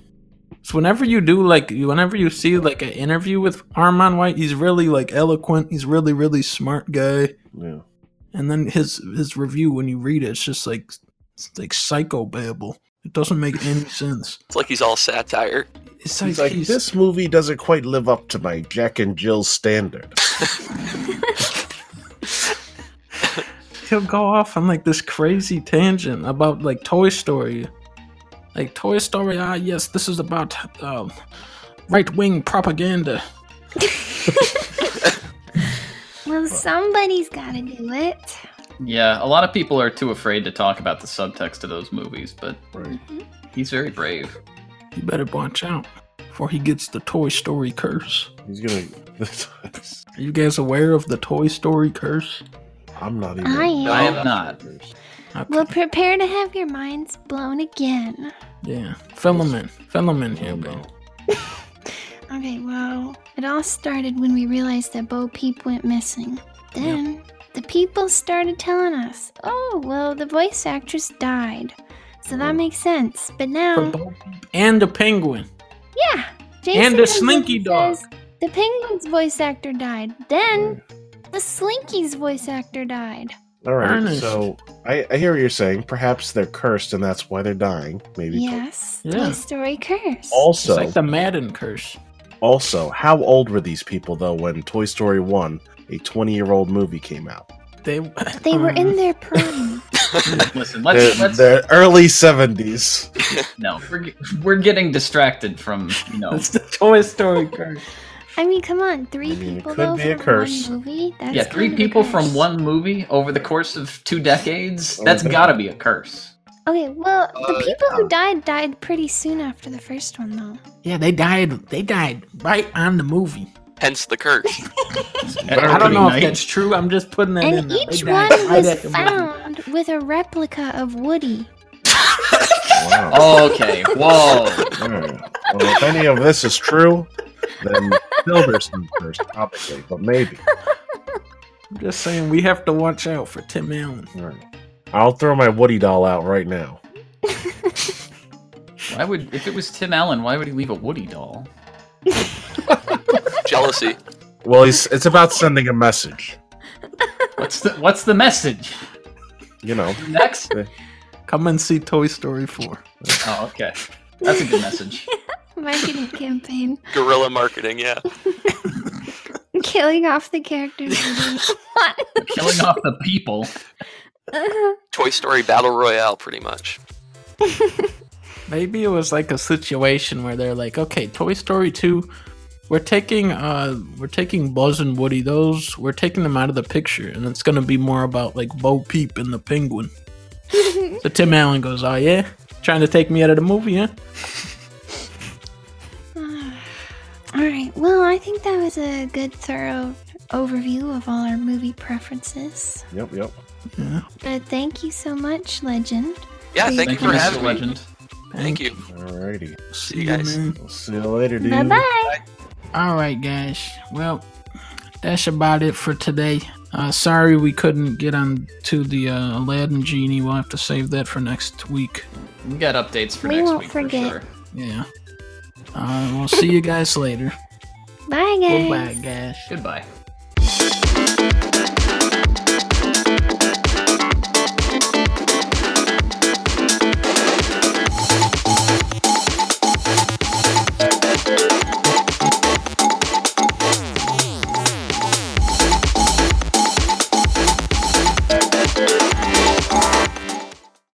[SPEAKER 2] So whenever you do like whenever you see like an interview with Armand White, he's really like eloquent, he's really, really smart guy.
[SPEAKER 3] Yeah.
[SPEAKER 2] And then his his review when you read it, it's just like it's like psycho babble. It doesn't make any sense.
[SPEAKER 6] It's like he's all satire.
[SPEAKER 2] It's like,
[SPEAKER 3] He's like,
[SPEAKER 2] he's-
[SPEAKER 3] this movie doesn't quite live up to my Jack and Jill standard.
[SPEAKER 2] he'll go off on like this crazy tangent about like Toy Story. Like Toy Story, ah, yes, this is about um, right wing propaganda.
[SPEAKER 4] Well, somebody's gotta do it.
[SPEAKER 5] Yeah, a lot of people are too afraid to talk about the subtext of those movies, but
[SPEAKER 3] Right.
[SPEAKER 5] he's very brave.
[SPEAKER 2] You better watch out before he gets the Toy Story curse.
[SPEAKER 3] He's gonna. [LAUGHS]
[SPEAKER 2] Are you guys aware of the Toy Story curse?
[SPEAKER 3] I'm not even.
[SPEAKER 4] I am.
[SPEAKER 5] I am not.
[SPEAKER 2] Okay.
[SPEAKER 4] Well, prepare to have your minds blown again.
[SPEAKER 2] yeah, fill him in. Fill him in here,
[SPEAKER 3] Oh,
[SPEAKER 2] man.
[SPEAKER 3] no.
[SPEAKER 4] Okay, well, it all started when we realized that Bo Peep went missing. Then the people started telling us, "Oh, well, the voice actress died." So that makes sense. But
[SPEAKER 2] For
[SPEAKER 4] now,
[SPEAKER 2] Bo Peep And the penguin.
[SPEAKER 4] yeah,
[SPEAKER 2] And
[SPEAKER 4] the
[SPEAKER 2] a Slinky Dog.
[SPEAKER 4] the penguin's voice actor died. Then
[SPEAKER 3] Hmm.
[SPEAKER 4] the Slinky's voice actor died.
[SPEAKER 3] All right.
[SPEAKER 2] Ernest.
[SPEAKER 3] So I, I hear what you're saying. Perhaps they're cursed and that's why they're dying. Maybe.
[SPEAKER 4] Yes,
[SPEAKER 2] Yeah.
[SPEAKER 4] Toy Story curse.
[SPEAKER 2] It's
[SPEAKER 3] Also,
[SPEAKER 2] like the Madden curse.
[SPEAKER 3] also, how old were these people though when Toy Story One, a 20 year old movie, came out?
[SPEAKER 2] They [LAUGHS]
[SPEAKER 4] they were in their prime.
[SPEAKER 5] [LAUGHS] Listen,
[SPEAKER 3] They're,
[SPEAKER 5] let's let's
[SPEAKER 3] they're early 70s.
[SPEAKER 5] no, we're, ge- we're getting distracted from you know
[SPEAKER 2] That's the Toy Story curse.
[SPEAKER 4] I mean, come on, three
[SPEAKER 3] I mean, it
[SPEAKER 4] people
[SPEAKER 3] could
[SPEAKER 4] though
[SPEAKER 3] be a
[SPEAKER 4] from
[SPEAKER 3] curse.
[SPEAKER 4] one movie. That's
[SPEAKER 5] yeah, three
[SPEAKER 4] kind of a
[SPEAKER 5] people
[SPEAKER 4] curse.
[SPEAKER 5] from one movie over the course of two decades.
[SPEAKER 3] Oh,
[SPEAKER 5] That's
[SPEAKER 3] no.
[SPEAKER 5] gotta be a curse.
[SPEAKER 4] Okay, well, the
[SPEAKER 6] Uh,
[SPEAKER 4] people who died died pretty soon after the first one, though.
[SPEAKER 2] Yeah, they died. They died right on the movie.
[SPEAKER 6] Hence the curse.
[SPEAKER 2] I don't know if
[SPEAKER 5] Night.
[SPEAKER 2] that's true. I'm just putting that in.
[SPEAKER 4] and
[SPEAKER 2] there. They
[SPEAKER 4] each one
[SPEAKER 2] died right
[SPEAKER 4] was
[SPEAKER 2] at the movie.
[SPEAKER 4] found with a replica of Woody.
[SPEAKER 5] [LAUGHS]
[SPEAKER 3] Wow.
[SPEAKER 5] Okay, whoa.
[SPEAKER 3] All right. Well, if any of this is true, then Silverstone first, obviously, but maybe.
[SPEAKER 2] I'm just saying we have to watch out for Tim Allen.
[SPEAKER 3] All right. I'll throw my Woody doll out right now.
[SPEAKER 5] Why would if it was Tim Allen, why would he leave a Woody doll?
[SPEAKER 6] Jealousy.
[SPEAKER 3] Well, he's, it's about sending a message.
[SPEAKER 5] What's the what's the message?
[SPEAKER 3] You know,
[SPEAKER 5] Next?
[SPEAKER 2] Come and see Toy Story 4.
[SPEAKER 5] Oh, okay. That's a good message.
[SPEAKER 4] Marketing campaign. [LAUGHS]
[SPEAKER 6] Guerrilla marketing, yeah.
[SPEAKER 4] Killing off the [LAUGHS] characters. we didn't want.
[SPEAKER 5] Killing off the people.
[SPEAKER 4] Uh-huh.
[SPEAKER 6] Toy Story Battle Royale, pretty much.
[SPEAKER 2] Maybe it was like a situation where they're like, okay, Toy Story 2, we're taking uh we're taking Buzz and Woody those, we're taking them out of the picture, and it's gonna be more about like Bo Peep and the
[SPEAKER 4] [LAUGHS]
[SPEAKER 2] penguin. so Tim Allen goes, Oh yeah? Trying to take me out of the movie, huh?
[SPEAKER 4] [SIGHS] all right, well, I think that was a good, thorough overview of all our movie preferences.
[SPEAKER 3] yep, yep.
[SPEAKER 4] But thank you so much, Legend.
[SPEAKER 6] Yeah,
[SPEAKER 4] Thank
[SPEAKER 6] thank,
[SPEAKER 5] Thank
[SPEAKER 6] you
[SPEAKER 5] you,
[SPEAKER 6] for
[SPEAKER 5] Mr.
[SPEAKER 6] having me.
[SPEAKER 5] Legend.
[SPEAKER 6] Thank you.
[SPEAKER 3] Alrighty.
[SPEAKER 6] See you guys.
[SPEAKER 2] man.
[SPEAKER 3] We'll see you later, dude.
[SPEAKER 4] Bye bye.
[SPEAKER 2] All right, guys. Well, that's about it for today. Uh, sorry we couldn't get on to the uh, Aladdin genie. We'll have to save that for next week.
[SPEAKER 5] We got updates for
[SPEAKER 4] We
[SPEAKER 5] next
[SPEAKER 4] won't
[SPEAKER 5] week
[SPEAKER 4] forget.
[SPEAKER 5] for sure.
[SPEAKER 2] Yeah. Uh, we'll see you guys later.
[SPEAKER 4] Bye, guys.
[SPEAKER 2] Goodbye, guys.
[SPEAKER 5] Goodbye.